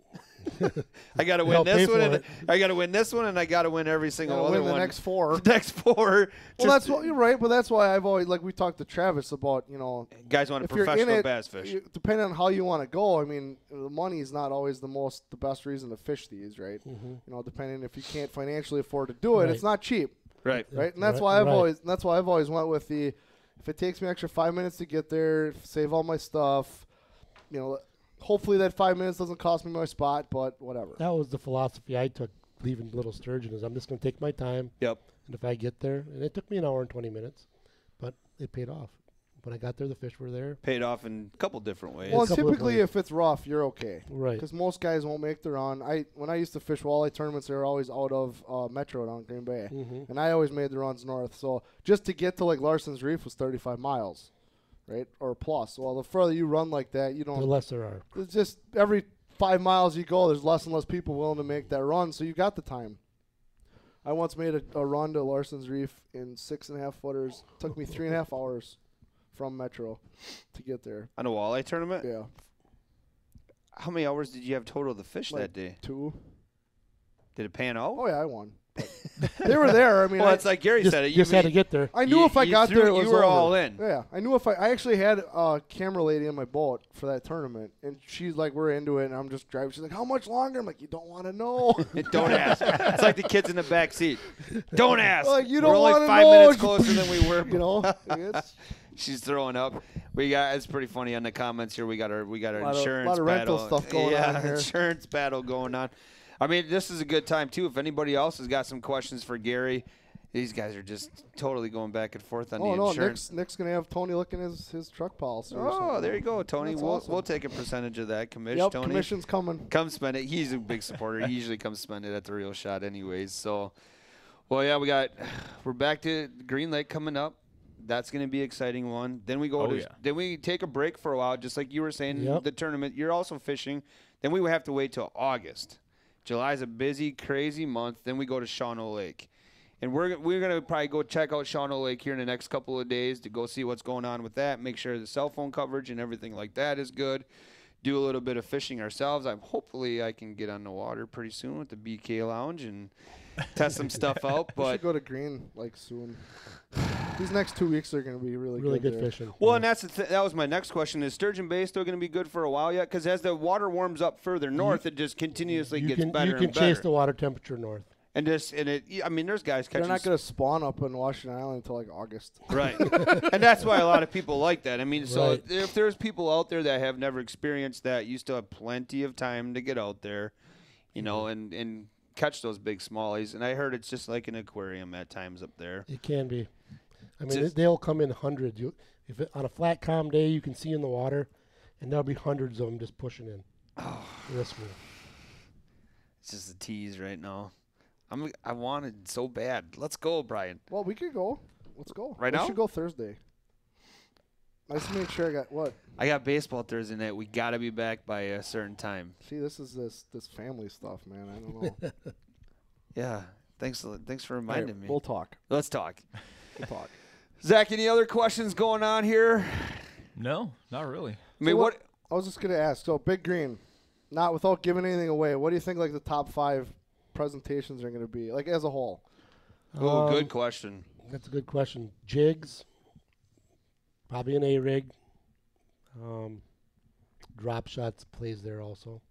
Speaker 5: I got to win
Speaker 6: They'll pay
Speaker 5: this one.
Speaker 6: for
Speaker 5: And
Speaker 6: it.
Speaker 5: I got to win this one, and I got to win every single
Speaker 4: Gotta
Speaker 5: other
Speaker 4: win the
Speaker 5: one.
Speaker 4: next four.
Speaker 5: The next four.
Speaker 4: well,
Speaker 5: Just-
Speaker 4: that's what you're right, but that's why I've always like we talked to Travis about you know
Speaker 5: guys want a
Speaker 4: if you're in
Speaker 5: professional
Speaker 4: it,
Speaker 5: bass fish.
Speaker 4: you- depending on how you want to go, I mean, the money is not always the most the best reason to fish these, right? You know, depending if you can't financially afford to do it, it's
Speaker 6: Right.
Speaker 4: not cheap,
Speaker 5: right.
Speaker 4: right? And that's
Speaker 6: Right,
Speaker 4: why I've
Speaker 6: right.
Speaker 4: always that's why I've always went with the if it takes me an extra five minutes to get there, save all my stuff, you know. Hopefully that five minutes doesn't cost me my spot, but whatever.
Speaker 6: That was the philosophy I took leaving Little Sturgeon is I'm just going to take my time.
Speaker 5: Yep.
Speaker 6: And if I get there, and it took me an hour and 20 minutes, but it paid off. When I got there, the fish were there.
Speaker 5: Paid off in a couple different ways.
Speaker 4: Well,
Speaker 6: a couple of
Speaker 4: typically,
Speaker 6: plays.
Speaker 4: if it's rough, you're okay.
Speaker 6: Right.
Speaker 4: Because most guys won't make the run. I when I used to fish walleye tournaments, they were always out of uh, Metro down in Green Bay,
Speaker 6: Mm-hmm.
Speaker 4: and I always made the runs north. So just to get to like Larson's Reef was 35 miles, right, or plus. Well, the further you run like that, you
Speaker 6: The
Speaker 4: don't.
Speaker 6: less there are.
Speaker 4: It's just every five miles you go, there's less and less people willing to make that run. So you got the time. I once made a, a run to Larson's Reef in six and a half footers. Took me three and a half hours from Metro to get there.
Speaker 5: on a walleye tournament.
Speaker 4: Yeah,
Speaker 5: How many hours did you have total of the fish
Speaker 4: Like
Speaker 5: that day?
Speaker 4: two.
Speaker 5: Did it pan out?
Speaker 4: Oh yeah, I won. But they were there. I mean,
Speaker 5: well,
Speaker 4: I,
Speaker 5: it's like Gary
Speaker 6: Just,
Speaker 5: said. It. You,
Speaker 6: just had to
Speaker 5: you-
Speaker 6: get there.
Speaker 4: I knew
Speaker 5: you-
Speaker 4: if I
Speaker 5: you
Speaker 4: got
Speaker 5: threw-
Speaker 4: there, it was
Speaker 5: you were
Speaker 4: over.
Speaker 5: all in.
Speaker 4: Yeah, I knew if I. I actually had a camera lady in my boat for that tournament, and she's like, "We're into it," and I'm just driving. She's like, "How much longer?" I'm like, "You don't want to know."
Speaker 5: Don't ask. it's like the kids in the back seat. Don't ask.
Speaker 4: like you
Speaker 5: We're
Speaker 4: don't
Speaker 5: only
Speaker 4: want to
Speaker 5: five
Speaker 4: know.
Speaker 5: minutes closer than we were.
Speaker 4: you know, it's
Speaker 5: She's throwing up. We got. It's pretty funny on the comments here. We got our. We got our
Speaker 4: Lot of-
Speaker 5: insurance
Speaker 4: lot of
Speaker 5: battle.
Speaker 4: rental stuff going
Speaker 5: yeah,
Speaker 4: on here.
Speaker 5: insurance battle going on. I mean, this is a good time too. If anybody else has got some questions for Gary, these guys are just totally going back and forth on
Speaker 4: oh
Speaker 5: the
Speaker 4: no,
Speaker 5: insurance.
Speaker 4: Nick's Nick's gonna have Tony looking his his truck policy. or
Speaker 5: oh,
Speaker 4: something.
Speaker 5: there you go, Tony.
Speaker 4: That's
Speaker 5: we'll
Speaker 4: awesome.
Speaker 5: we'll take a percentage of that commission,
Speaker 4: Yep,
Speaker 5: Tony.
Speaker 4: commission's coming.
Speaker 5: Come spend it. He's a big supporter. he usually comes spend it at the real shot, anyways. So, well, yeah, we got. We're back to Green Lake coming up. That's going to be an exciting one. Then we go
Speaker 7: Oh,
Speaker 5: to.
Speaker 7: yeah.
Speaker 5: Then we take a break for a while, just like you were saying.
Speaker 6: Yep.
Speaker 5: The tournament. You're also fishing. Then we would have to wait till August. July's a busy, crazy month. Then we go to Shawnee Lake. And we're, we're going to probably go check out Shawnee Lake here in the next couple of days to go see what's going on with that, make sure the cell phone coverage and everything like that is good. Do a little bit of fishing ourselves. I'm hopefully I can get on the water pretty soon with the BK Lounge and test some stuff out.
Speaker 4: We
Speaker 5: But
Speaker 4: should go to Green like soon. These next two weeks are gonna be really
Speaker 6: Really
Speaker 4: good
Speaker 6: good
Speaker 4: there.
Speaker 6: fishing.
Speaker 5: Well, and that's the th- that was my next question: Is Sturgeon Bay still going to be good for a while yet? Because as the water warms up further north, it just continuously
Speaker 6: you
Speaker 5: gets
Speaker 6: can,
Speaker 5: better
Speaker 6: you can
Speaker 5: and better.
Speaker 6: chase the water temperature north.
Speaker 5: and this and it, I mean, there's guys catching.
Speaker 4: They're not gonna spawn up in Washington Island until like August.
Speaker 5: Right. and that's why a lot of people like that. I mean, so
Speaker 6: Right.
Speaker 5: if there's people out there that have never experienced that, you still have plenty of time to get out there, you know,
Speaker 6: Mm-hmm.
Speaker 5: and and catch those big smallies. And I heard it's just like an aquarium at times up there.
Speaker 6: It can be. I mean,
Speaker 5: Just-
Speaker 6: they'll come in hundreds. You, if it, on a flat, calm day, you can see in the water, and there'll be hundreds of them just pushing in. This one.
Speaker 5: It's just a tease right now. I'm I wanted so bad. Let's go, Brian.
Speaker 4: Well, we could go. Let's go.
Speaker 5: Right
Speaker 4: we
Speaker 5: now?
Speaker 4: should go Thursday. I just made sure I got what.
Speaker 5: I got baseball Thursday night. We got to be back by a certain time.
Speaker 4: See, this is this this family stuff, man. I don't know. All
Speaker 5: Yeah. Thanks thanks for
Speaker 4: right,
Speaker 5: reminding me.
Speaker 4: We'll talk.
Speaker 5: Let's talk.
Speaker 4: We'll talk.
Speaker 5: Zach, any other questions going on here?
Speaker 7: No, not really.
Speaker 5: I mean,
Speaker 4: So
Speaker 5: what
Speaker 4: I was just gonna ask. So, Big Green, not without giving anything away. What do you think like the top five presentations are gonna be like as a whole?
Speaker 5: Oh,
Speaker 6: Um,
Speaker 5: good question.
Speaker 6: That's a good question. Jigs, probably an A rig. Um, drop shots plays there also.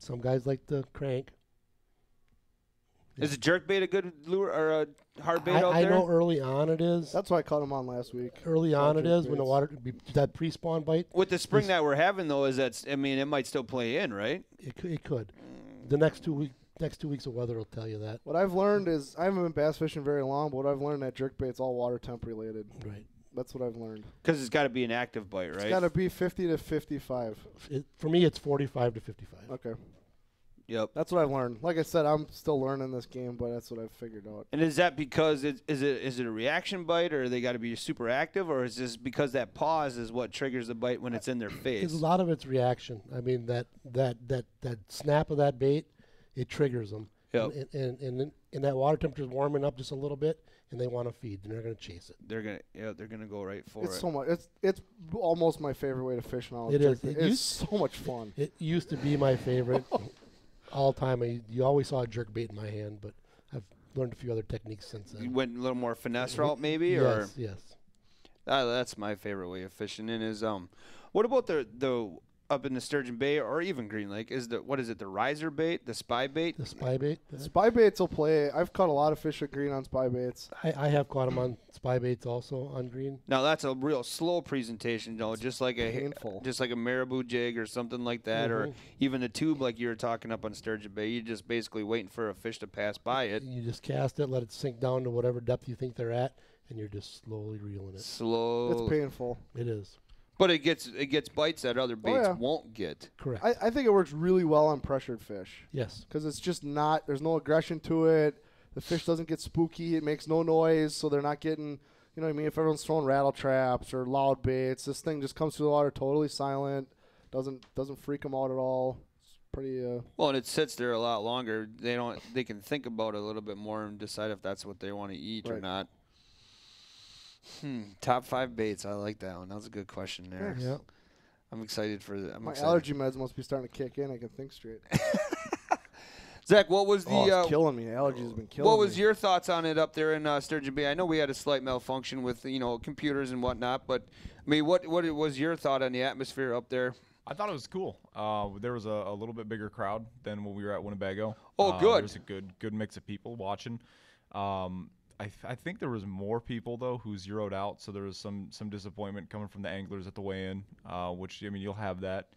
Speaker 6: Some guys like the crank.
Speaker 5: Is a jerk bait a good lure or a hard bait
Speaker 6: I,
Speaker 5: out
Speaker 6: I
Speaker 5: there?
Speaker 6: know early on it is.
Speaker 4: That's why I caught him on last week.
Speaker 6: early on it
Speaker 4: Roger,
Speaker 6: is when the
Speaker 4: please.
Speaker 6: water be- that pre-spawn bite.
Speaker 5: With the spring that we're having though, is that I mean it might still play in, right?
Speaker 6: It, cou- it could. The next two week next two weeks of weather will tell you that.
Speaker 4: What I've learned is I haven't been bass fishing very long, but what I've learned that jerk bait's all water temp related.
Speaker 6: Right.
Speaker 4: That's what I've learned.
Speaker 5: because it's got to be an active bite, right?
Speaker 4: It's got to be 50 to 55.
Speaker 6: It, for me, it's 45 to 55.
Speaker 4: Okay.
Speaker 5: yep.
Speaker 4: That's what I've learned. Like I said, I'm still learning this game, but that's what I've figured out.
Speaker 5: And is that because it is it is it a reaction bite, or they got to be super active, or is this because that pause is what triggers the bite when it's in their face?
Speaker 6: It's a lot of its reaction. I mean that that that that snap of that bait, it triggers them.
Speaker 5: Yep.
Speaker 6: And and, and, and and that water temperature's warming up just a little bit, and they want to feed. They're not going to chase it.
Speaker 5: They're gonna yeah, they're gonna go right for
Speaker 4: It's
Speaker 5: it.
Speaker 4: so much. It's it's almost my favorite way to fish now.
Speaker 6: It
Speaker 4: jerk
Speaker 6: is.
Speaker 4: bait.
Speaker 6: It
Speaker 4: it's
Speaker 6: used-
Speaker 4: so much fun.
Speaker 6: It used to be my favorite all time. I, you always saw a jerk bait in my hand, but I've learned a few other techniques since
Speaker 5: you
Speaker 6: then.
Speaker 5: went a little more finesse route, maybe, or
Speaker 6: Yes, yes.
Speaker 5: Uh, that's my favorite way of fishing. In is um, what about the the up in the Sturgeon Bay or even Green Lake? Is the what is it? The riser bait, the spy bait.
Speaker 6: The spy bait.
Speaker 4: Spy baits will play. I've caught a lot of fish with green on spy baits.
Speaker 6: I, I have caught them on spy baits also on green.
Speaker 5: Now that's a real slow presentation, though, just like a
Speaker 4: painful. Mm-hmm.
Speaker 5: just like a marabou jig or something like that, or even the tube like you were talking up on Sturgeon Bay. You're just basically waiting for a fish to pass by it,
Speaker 6: You just cast it, let it sink down to whatever depth you think they're at, and you're just slowly reeling it.
Speaker 4: It's
Speaker 5: slow.
Speaker 4: painful.
Speaker 6: It is
Speaker 5: But it gets it gets bites that other baits
Speaker 4: Oh, yeah.
Speaker 5: won't get.
Speaker 6: correct.
Speaker 4: I, I think it works really well on pressured fish
Speaker 6: yes.
Speaker 4: because it's just not. There's no aggression to it. The fish doesn't get spooky. It makes no noise, so they're not getting. You know what I mean? If everyone's throwing rattle traps or loud baits, this thing just comes through the water totally silent. Doesn't doesn't freak them out at all. It's pretty. Uh,
Speaker 5: Well, and it sits there a lot longer. They don't. They can think about it a little bit more and decide if that's what they want to eat or
Speaker 4: Right.
Speaker 5: not. Hmm. Top five baits. I like that one. That was a good question there.
Speaker 6: Yeah.
Speaker 5: I'm excited for the. I'm
Speaker 4: my
Speaker 5: excited.
Speaker 4: allergy meds must be starting to kick in. I can think straight.
Speaker 5: Zach, what was the?
Speaker 4: oh, it's
Speaker 5: uh,
Speaker 4: killing me. Allergies have been killing me.
Speaker 5: what was your thoughts on it up there in uh, Sturgeon Bay? I know we had a slight malfunction with you know computers and whatnot, but I mean, what what was your thought on the atmosphere up there?
Speaker 7: I thought it was cool. Uh, there was a, a little bit bigger crowd than when we were at Winnebago.
Speaker 5: Oh,
Speaker 7: Uh,
Speaker 5: good.
Speaker 7: There was a good good mix of people watching. Um, I, th- I think there was more people though who zeroed out, so there was some some disappointment coming from the anglers at the weigh-in, uh, which I mean you'll have that.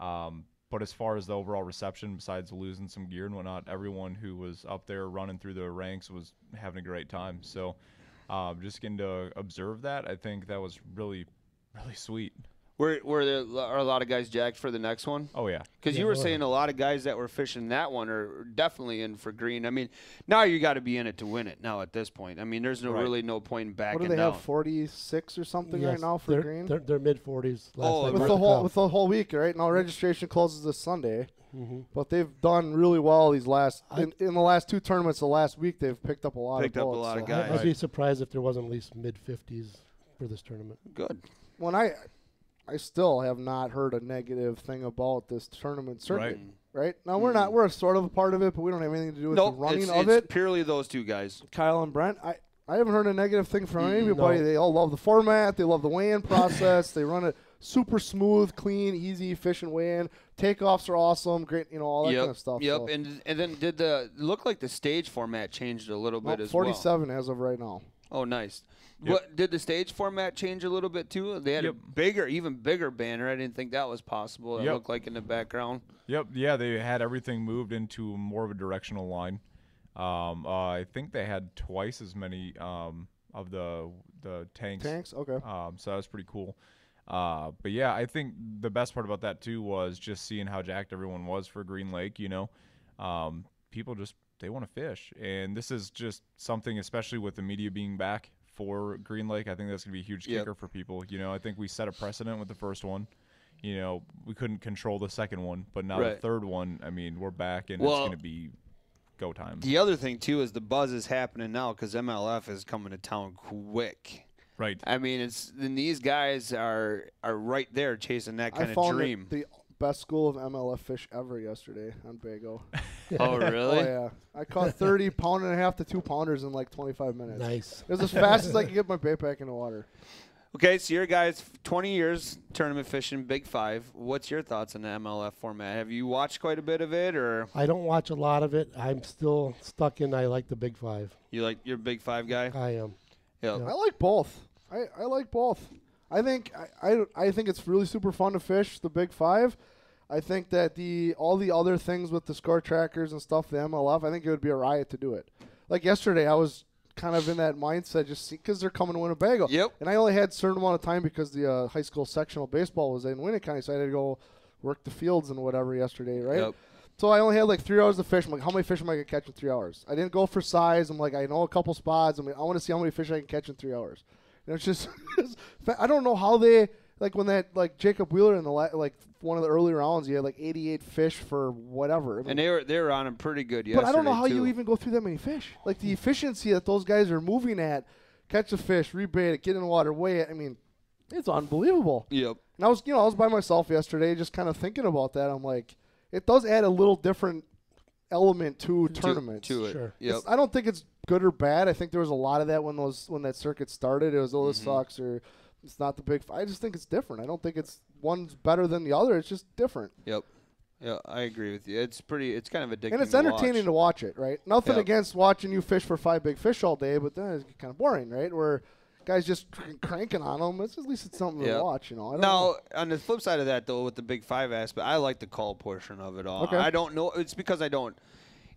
Speaker 7: Um, but as far as the overall reception, besides losing some gear and whatnot, everyone who was up there running through the ranks was having a great time. So uh, just getting to observe that, I think that was really really sweet.
Speaker 5: Were were there are a lot of guys jacked for the next one?
Speaker 7: Oh yeah.
Speaker 5: Because you were saying a lot of guys that were fishing that one are definitely in for green. I mean, now you got to be in it to win it. Now at this point, I mean, there's no really no point in backing
Speaker 4: What do they
Speaker 5: down.
Speaker 4: have? Forty six or something
Speaker 6: yes.
Speaker 4: right now for
Speaker 6: they're,
Speaker 4: green.
Speaker 6: They're, they're mid 40s. Last
Speaker 5: Oh,
Speaker 6: night
Speaker 5: Right.
Speaker 4: with the whole with the whole week, right? Now registration closes this Sunday,
Speaker 5: Mm-hmm.
Speaker 4: but they've done really well these last in, in the last two tournaments. The last week they've picked up a lot.
Speaker 5: Picked
Speaker 4: of
Speaker 5: up a
Speaker 4: bullets,
Speaker 5: lot of
Speaker 4: so-
Speaker 5: guys.
Speaker 6: I'd be surprised if there wasn't at least mid 50s for this tournament.
Speaker 5: Good.
Speaker 4: When I, I still have not heard a negative thing about this tournament circuit. Right, now we're not we're sort of a part of it, but we don't have anything to do with
Speaker 5: Mm. Nope,
Speaker 4: the running
Speaker 5: it's,
Speaker 4: of
Speaker 5: it's
Speaker 4: it.
Speaker 5: purely those two guys.
Speaker 4: Kyle and Brent, I. I haven't heard a negative thing from anybody. They all love the format. They love the weigh-in process. they run it super smooth, clean, easy, efficient weigh-in. Takeoffs are awesome. Great, you know all Oh, that
Speaker 5: yep.
Speaker 4: kind of stuff.
Speaker 5: yep.
Speaker 4: so.
Speaker 5: And and then did the look like the stage format changed a little
Speaker 4: Well,
Speaker 5: bit as well?
Speaker 4: 47 as of right now.
Speaker 5: Oh, nice. What did the stage format change a little bit too? They had
Speaker 7: Yep.
Speaker 5: a bigger, even bigger banner. I didn't think that was possible. It
Speaker 7: Yep.
Speaker 5: looked like in the background.
Speaker 7: Yep. Yeah, they had everything moved into more of a directional line. Um, uh, I think they had twice as many um, of the the tanks.
Speaker 4: Tanks? Okay.
Speaker 7: Um, so that was pretty cool. Uh, but yeah, I think the best part about that too was just seeing how jacked everyone was for Green Lake. You know, um, people just they want to fish, and this is just something, especially with the media being back for Green Lake. I think that's gonna be a huge
Speaker 5: Yep.
Speaker 7: kicker for people. You know, I think we set a precedent with the first one. You know, we couldn't control the second one, but now
Speaker 5: Right.
Speaker 7: the third one. I mean, we're back, and
Speaker 5: Well-
Speaker 7: it's gonna be go time.
Speaker 5: The other thing too is the buzz is happening now because MLF is coming to town quick.
Speaker 7: Right.
Speaker 5: I mean, it's then these guys are are right there chasing that kind
Speaker 4: I
Speaker 5: of
Speaker 4: found it
Speaker 5: dream.
Speaker 4: the best school of MLF fish ever yesterday on Bago.
Speaker 5: oh, really?
Speaker 4: oh, yeah. I caught 30 pound and a half to two pounders in like 25 minutes.
Speaker 6: Nice.
Speaker 4: It was as fast as I could get my bait back in the water.
Speaker 5: Okay, so your guys, 20 years tournament fishing, Big Five. What's your thoughts on the MLF format? Have you watched quite a bit of it, or
Speaker 6: I don't watch a lot of it. I'm still stuck in I like the big five.
Speaker 5: you like your Big Five guy?
Speaker 6: I am.
Speaker 4: Oh,
Speaker 5: Yeah.
Speaker 4: I like both. I, I like both. I think I, I, I think it's really super fun to fish the Big Five. I think that the all the other things with the score trackers and stuff, the MLF, I think it would be a riot to do it. Like yesterday, I was kind of in that mindset just because they're coming to Winnebago.
Speaker 5: Yep.
Speaker 4: And I only had certain amount of time because the uh, high school sectional baseball was in Winnicott, County, so I had to go work the fields and whatever yesterday, right?
Speaker 5: Yep.
Speaker 4: So I only had like three hours to fish. I'm like, how many fish am I gonna catch in three hours? I didn't go for size. I'm like, I know a couple spots. I'm like, I want to see how many fish I can catch in three hours. And it's just, I don't know how they like when that like Jacob Wheeler in the la- like one of the early rounds, he had like 88 fish for whatever. I mean,
Speaker 5: And they were they were on him pretty good yesterday.
Speaker 4: but I don't know how
Speaker 5: too.
Speaker 4: you even go through that many fish. Like the efficiency that those guys are moving at, catch a fish, rebait it, get in the water, weigh it. I mean, it's unbelievable.
Speaker 5: Yep.
Speaker 4: And I was, you know, I was by myself yesterday, just kind of thinking about that. I'm like, it does add a little different element to tournaments.
Speaker 5: to, to it.
Speaker 6: Sure.
Speaker 5: Yep.
Speaker 4: It's- I don't think it's good or bad. I think there was a lot of that when those when that circuit started. It was oh this
Speaker 5: Mm-hmm.
Speaker 4: sucks or it's not the big. F-. I just think it's different. I don't think it's one's better than the other. It's just different,
Speaker 5: Yep. Yeah, I agree with you. It's pretty. It's kind of addictive.
Speaker 4: and it's entertaining to watch it. Right? Nothing
Speaker 5: Yep.
Speaker 4: against watching you fish for five big fish all day, but then it's kind of boring, right? Where guys just cr- cranking on them. It's at least it's something
Speaker 5: Yep.
Speaker 4: to watch. You know? I don't
Speaker 5: Now,
Speaker 4: know.
Speaker 5: on the flip side of that, though, with the Big Five aspect, I like the call portion of it all.
Speaker 4: Okay.
Speaker 5: I don't know. It's because I don't.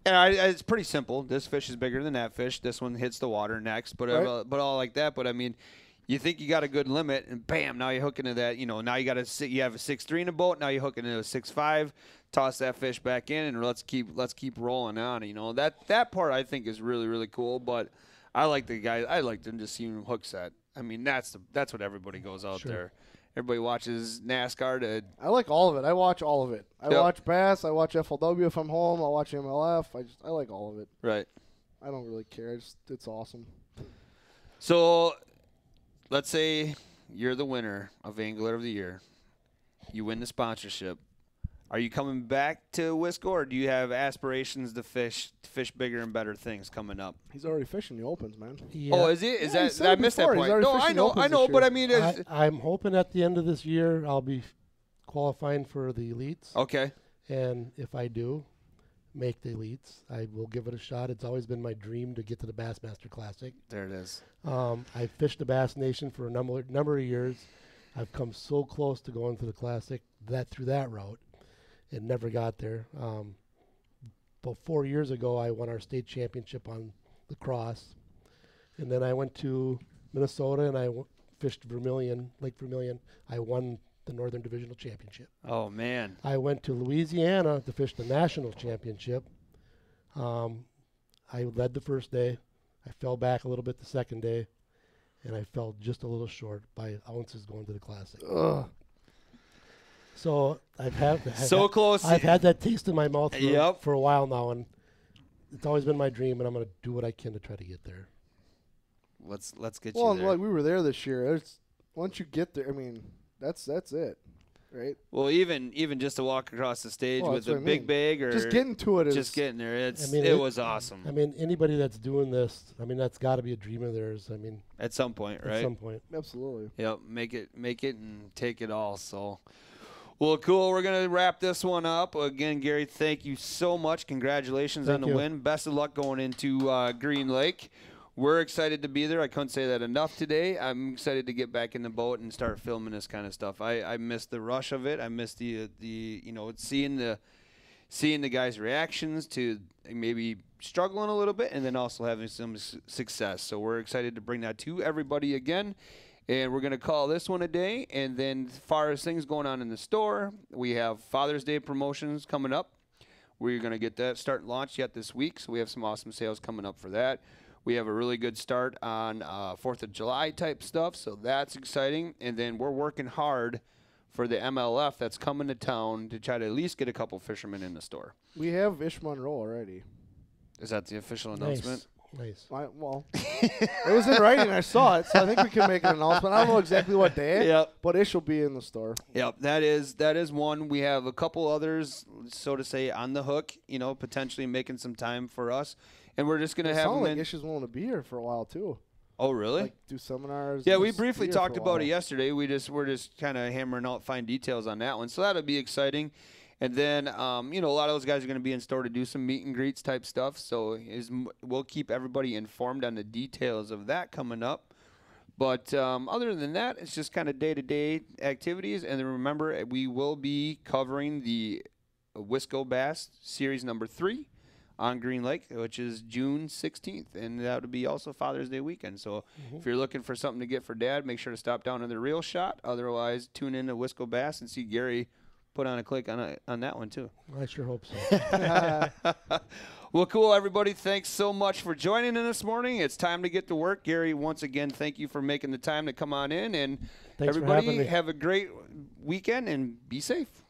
Speaker 5: And I, I- it's pretty simple. This fish is bigger than that fish. This one hits the water next, but
Speaker 4: Right.
Speaker 5: uh, but all like that. But I mean, you think you got a good limit, and bam, now you hook into that. You know, now you got a si- you have a six three in a boat. Now you hook into a six five. Toss that fish back in, and let's keep let's keep rolling on. You know that that part I think is really really cool. But I like the guys. I like them just seeing hook set. I mean, that's the, that's what everybody goes out there. Everybody watches NASCAR to
Speaker 4: I like all of it. I watch all of it. I
Speaker 5: Yep.
Speaker 4: watch bass. I watch FLW if I'm home. I watch MLF. I just I like all of it.
Speaker 5: right.
Speaker 4: I don't really care. It's it's awesome.
Speaker 5: So, let's say you're the winner of Angler of the Year. You win the sponsorship. Are you coming back to Wisco, or do you have aspirations to fish to fish bigger and better things coming up?
Speaker 4: He's already fishing the opens, man.
Speaker 6: Yeah.
Speaker 5: Oh, is it? Is
Speaker 4: Yeah, he
Speaker 5: that
Speaker 4: said
Speaker 5: I
Speaker 4: it
Speaker 5: missed
Speaker 4: before.
Speaker 5: that
Speaker 4: He's
Speaker 5: point?
Speaker 4: already
Speaker 5: No,
Speaker 4: fishing
Speaker 5: I know,
Speaker 4: opens
Speaker 5: I
Speaker 4: this
Speaker 5: know, but
Speaker 4: year.
Speaker 5: I mean,
Speaker 6: I,
Speaker 5: it's,
Speaker 6: I'm hoping at the end of this year I'll be qualifying for the elites,
Speaker 5: okay,
Speaker 6: and if I do make the elites, I will give it a shot. It's always been my dream to get to the Bassmaster Classic.
Speaker 5: there it is.
Speaker 6: Um, I fished the Bass Nation for a number number of years. I've come so close to going to the Classic that through that route, and never got there. Um, but four years ago, I won our state championship on the cross, and then I went to Minnesota and I w- fished Vermilion Lake Vermilion. I won the Northern Divisional Championship.
Speaker 5: Oh man,
Speaker 6: I went to Louisiana to fish the national championship. Um, I led the first day. I fell back a little bit the second day, and I fell just a little short by ounces going to the classic. So I've had I've
Speaker 5: So
Speaker 6: had-
Speaker 5: close.
Speaker 6: I've had that taste in my mouth for,
Speaker 5: Yep.
Speaker 6: for a while now, and it's always been my dream, and I'm going to do what I can to try to get there.
Speaker 5: let's let's get
Speaker 4: Well,
Speaker 5: you
Speaker 4: and
Speaker 5: there.
Speaker 4: like we were there this year. It's, once you get there, I mean, that's that's it, right?
Speaker 5: Well, even even just to walk across the stage
Speaker 4: Well,
Speaker 5: with a
Speaker 4: that's what I
Speaker 5: big
Speaker 4: mean.
Speaker 5: bag or
Speaker 4: Just getting to it is
Speaker 5: just getting there, it's
Speaker 6: I mean,
Speaker 5: it,
Speaker 6: it-
Speaker 5: was awesome
Speaker 6: I mean, anybody that's doing this, I mean, that's got to be a dream of theirs. I mean,
Speaker 5: at some point,
Speaker 6: at
Speaker 5: right?
Speaker 6: some point.
Speaker 4: absolutely.
Speaker 5: Yep, make it make it and take it all. So, well, cool. We're gonna wrap this one up again, Gary. Thank you so much. Congratulations on
Speaker 6: Thank
Speaker 5: the
Speaker 6: you.
Speaker 5: win. Best of luck going into uh, Green Lake. We're excited to be there. I couldn't say that enough today. I'm excited to get back in the boat and start filming this kind of stuff. I, I missed the rush of it. I missed the uh, the you know seeing the seeing the guys' reactions to maybe struggling a little bit and then also having some s- success. So we're excited to bring that to everybody again. And we're going to call this one a day. And then, as far as things going on in the store, we have Father's Day promotions coming up. We're going to get that start launched yet this week. So we have some awesome sales coming up for that. We have a really good start on uh, 4th of July type stuff. So that's exciting. And then we're working hard for the MLF that's coming to town to try to at least get a couple fishermen in the store.
Speaker 4: We have Ish Monroe already.
Speaker 5: Is that the official announcement?
Speaker 6: Nice. Nice.
Speaker 4: I, well, it was in writing. I saw it, so I think we can make an announcement. I don't know exactly what day,
Speaker 5: Yep.
Speaker 4: but Ish will be in the store.
Speaker 5: Yep, that is that is one. We have a couple others, so to say, on the hook. You know, potentially making some time for us, and we're just gonna
Speaker 4: It
Speaker 5: have
Speaker 4: sounds
Speaker 5: them
Speaker 4: like
Speaker 5: in.
Speaker 4: Ish is willing to be here for a while too.
Speaker 5: oh, really?
Speaker 4: Like do seminars.
Speaker 5: yeah,
Speaker 4: and
Speaker 5: we
Speaker 4: just
Speaker 5: briefly
Speaker 4: be here for a
Speaker 5: talked about
Speaker 4: while.
Speaker 5: it yesterday. We just we're just kind of hammering out fine details on that one, so that'll be exciting. And then, um, you know, a lot of those guys are going to be in store to do some meet and greets type stuff. So is we'll keep everybody informed on the details of that coming up. But um, other than that, it's just kind of day to day activities. And then remember, we will be covering the Wisco Bass Series number three on Green Lake, which is June 16th. And that would be also Father's Day weekend. So
Speaker 6: Mm-hmm.
Speaker 5: if you're looking for something to get for dad, make sure to stop down to the real shot. Otherwise, tune in to Wisco Bass and see Gary put on a click on, a, on that one, too.
Speaker 6: I sure hope so.
Speaker 5: Well, cool, everybody. Thanks so much for joining in this morning. It's time to get to work. Gary, once again, thank you for making the time to come on in. And
Speaker 6: Thanks for
Speaker 5: everybody,
Speaker 6: having me.
Speaker 5: have a great weekend and be safe.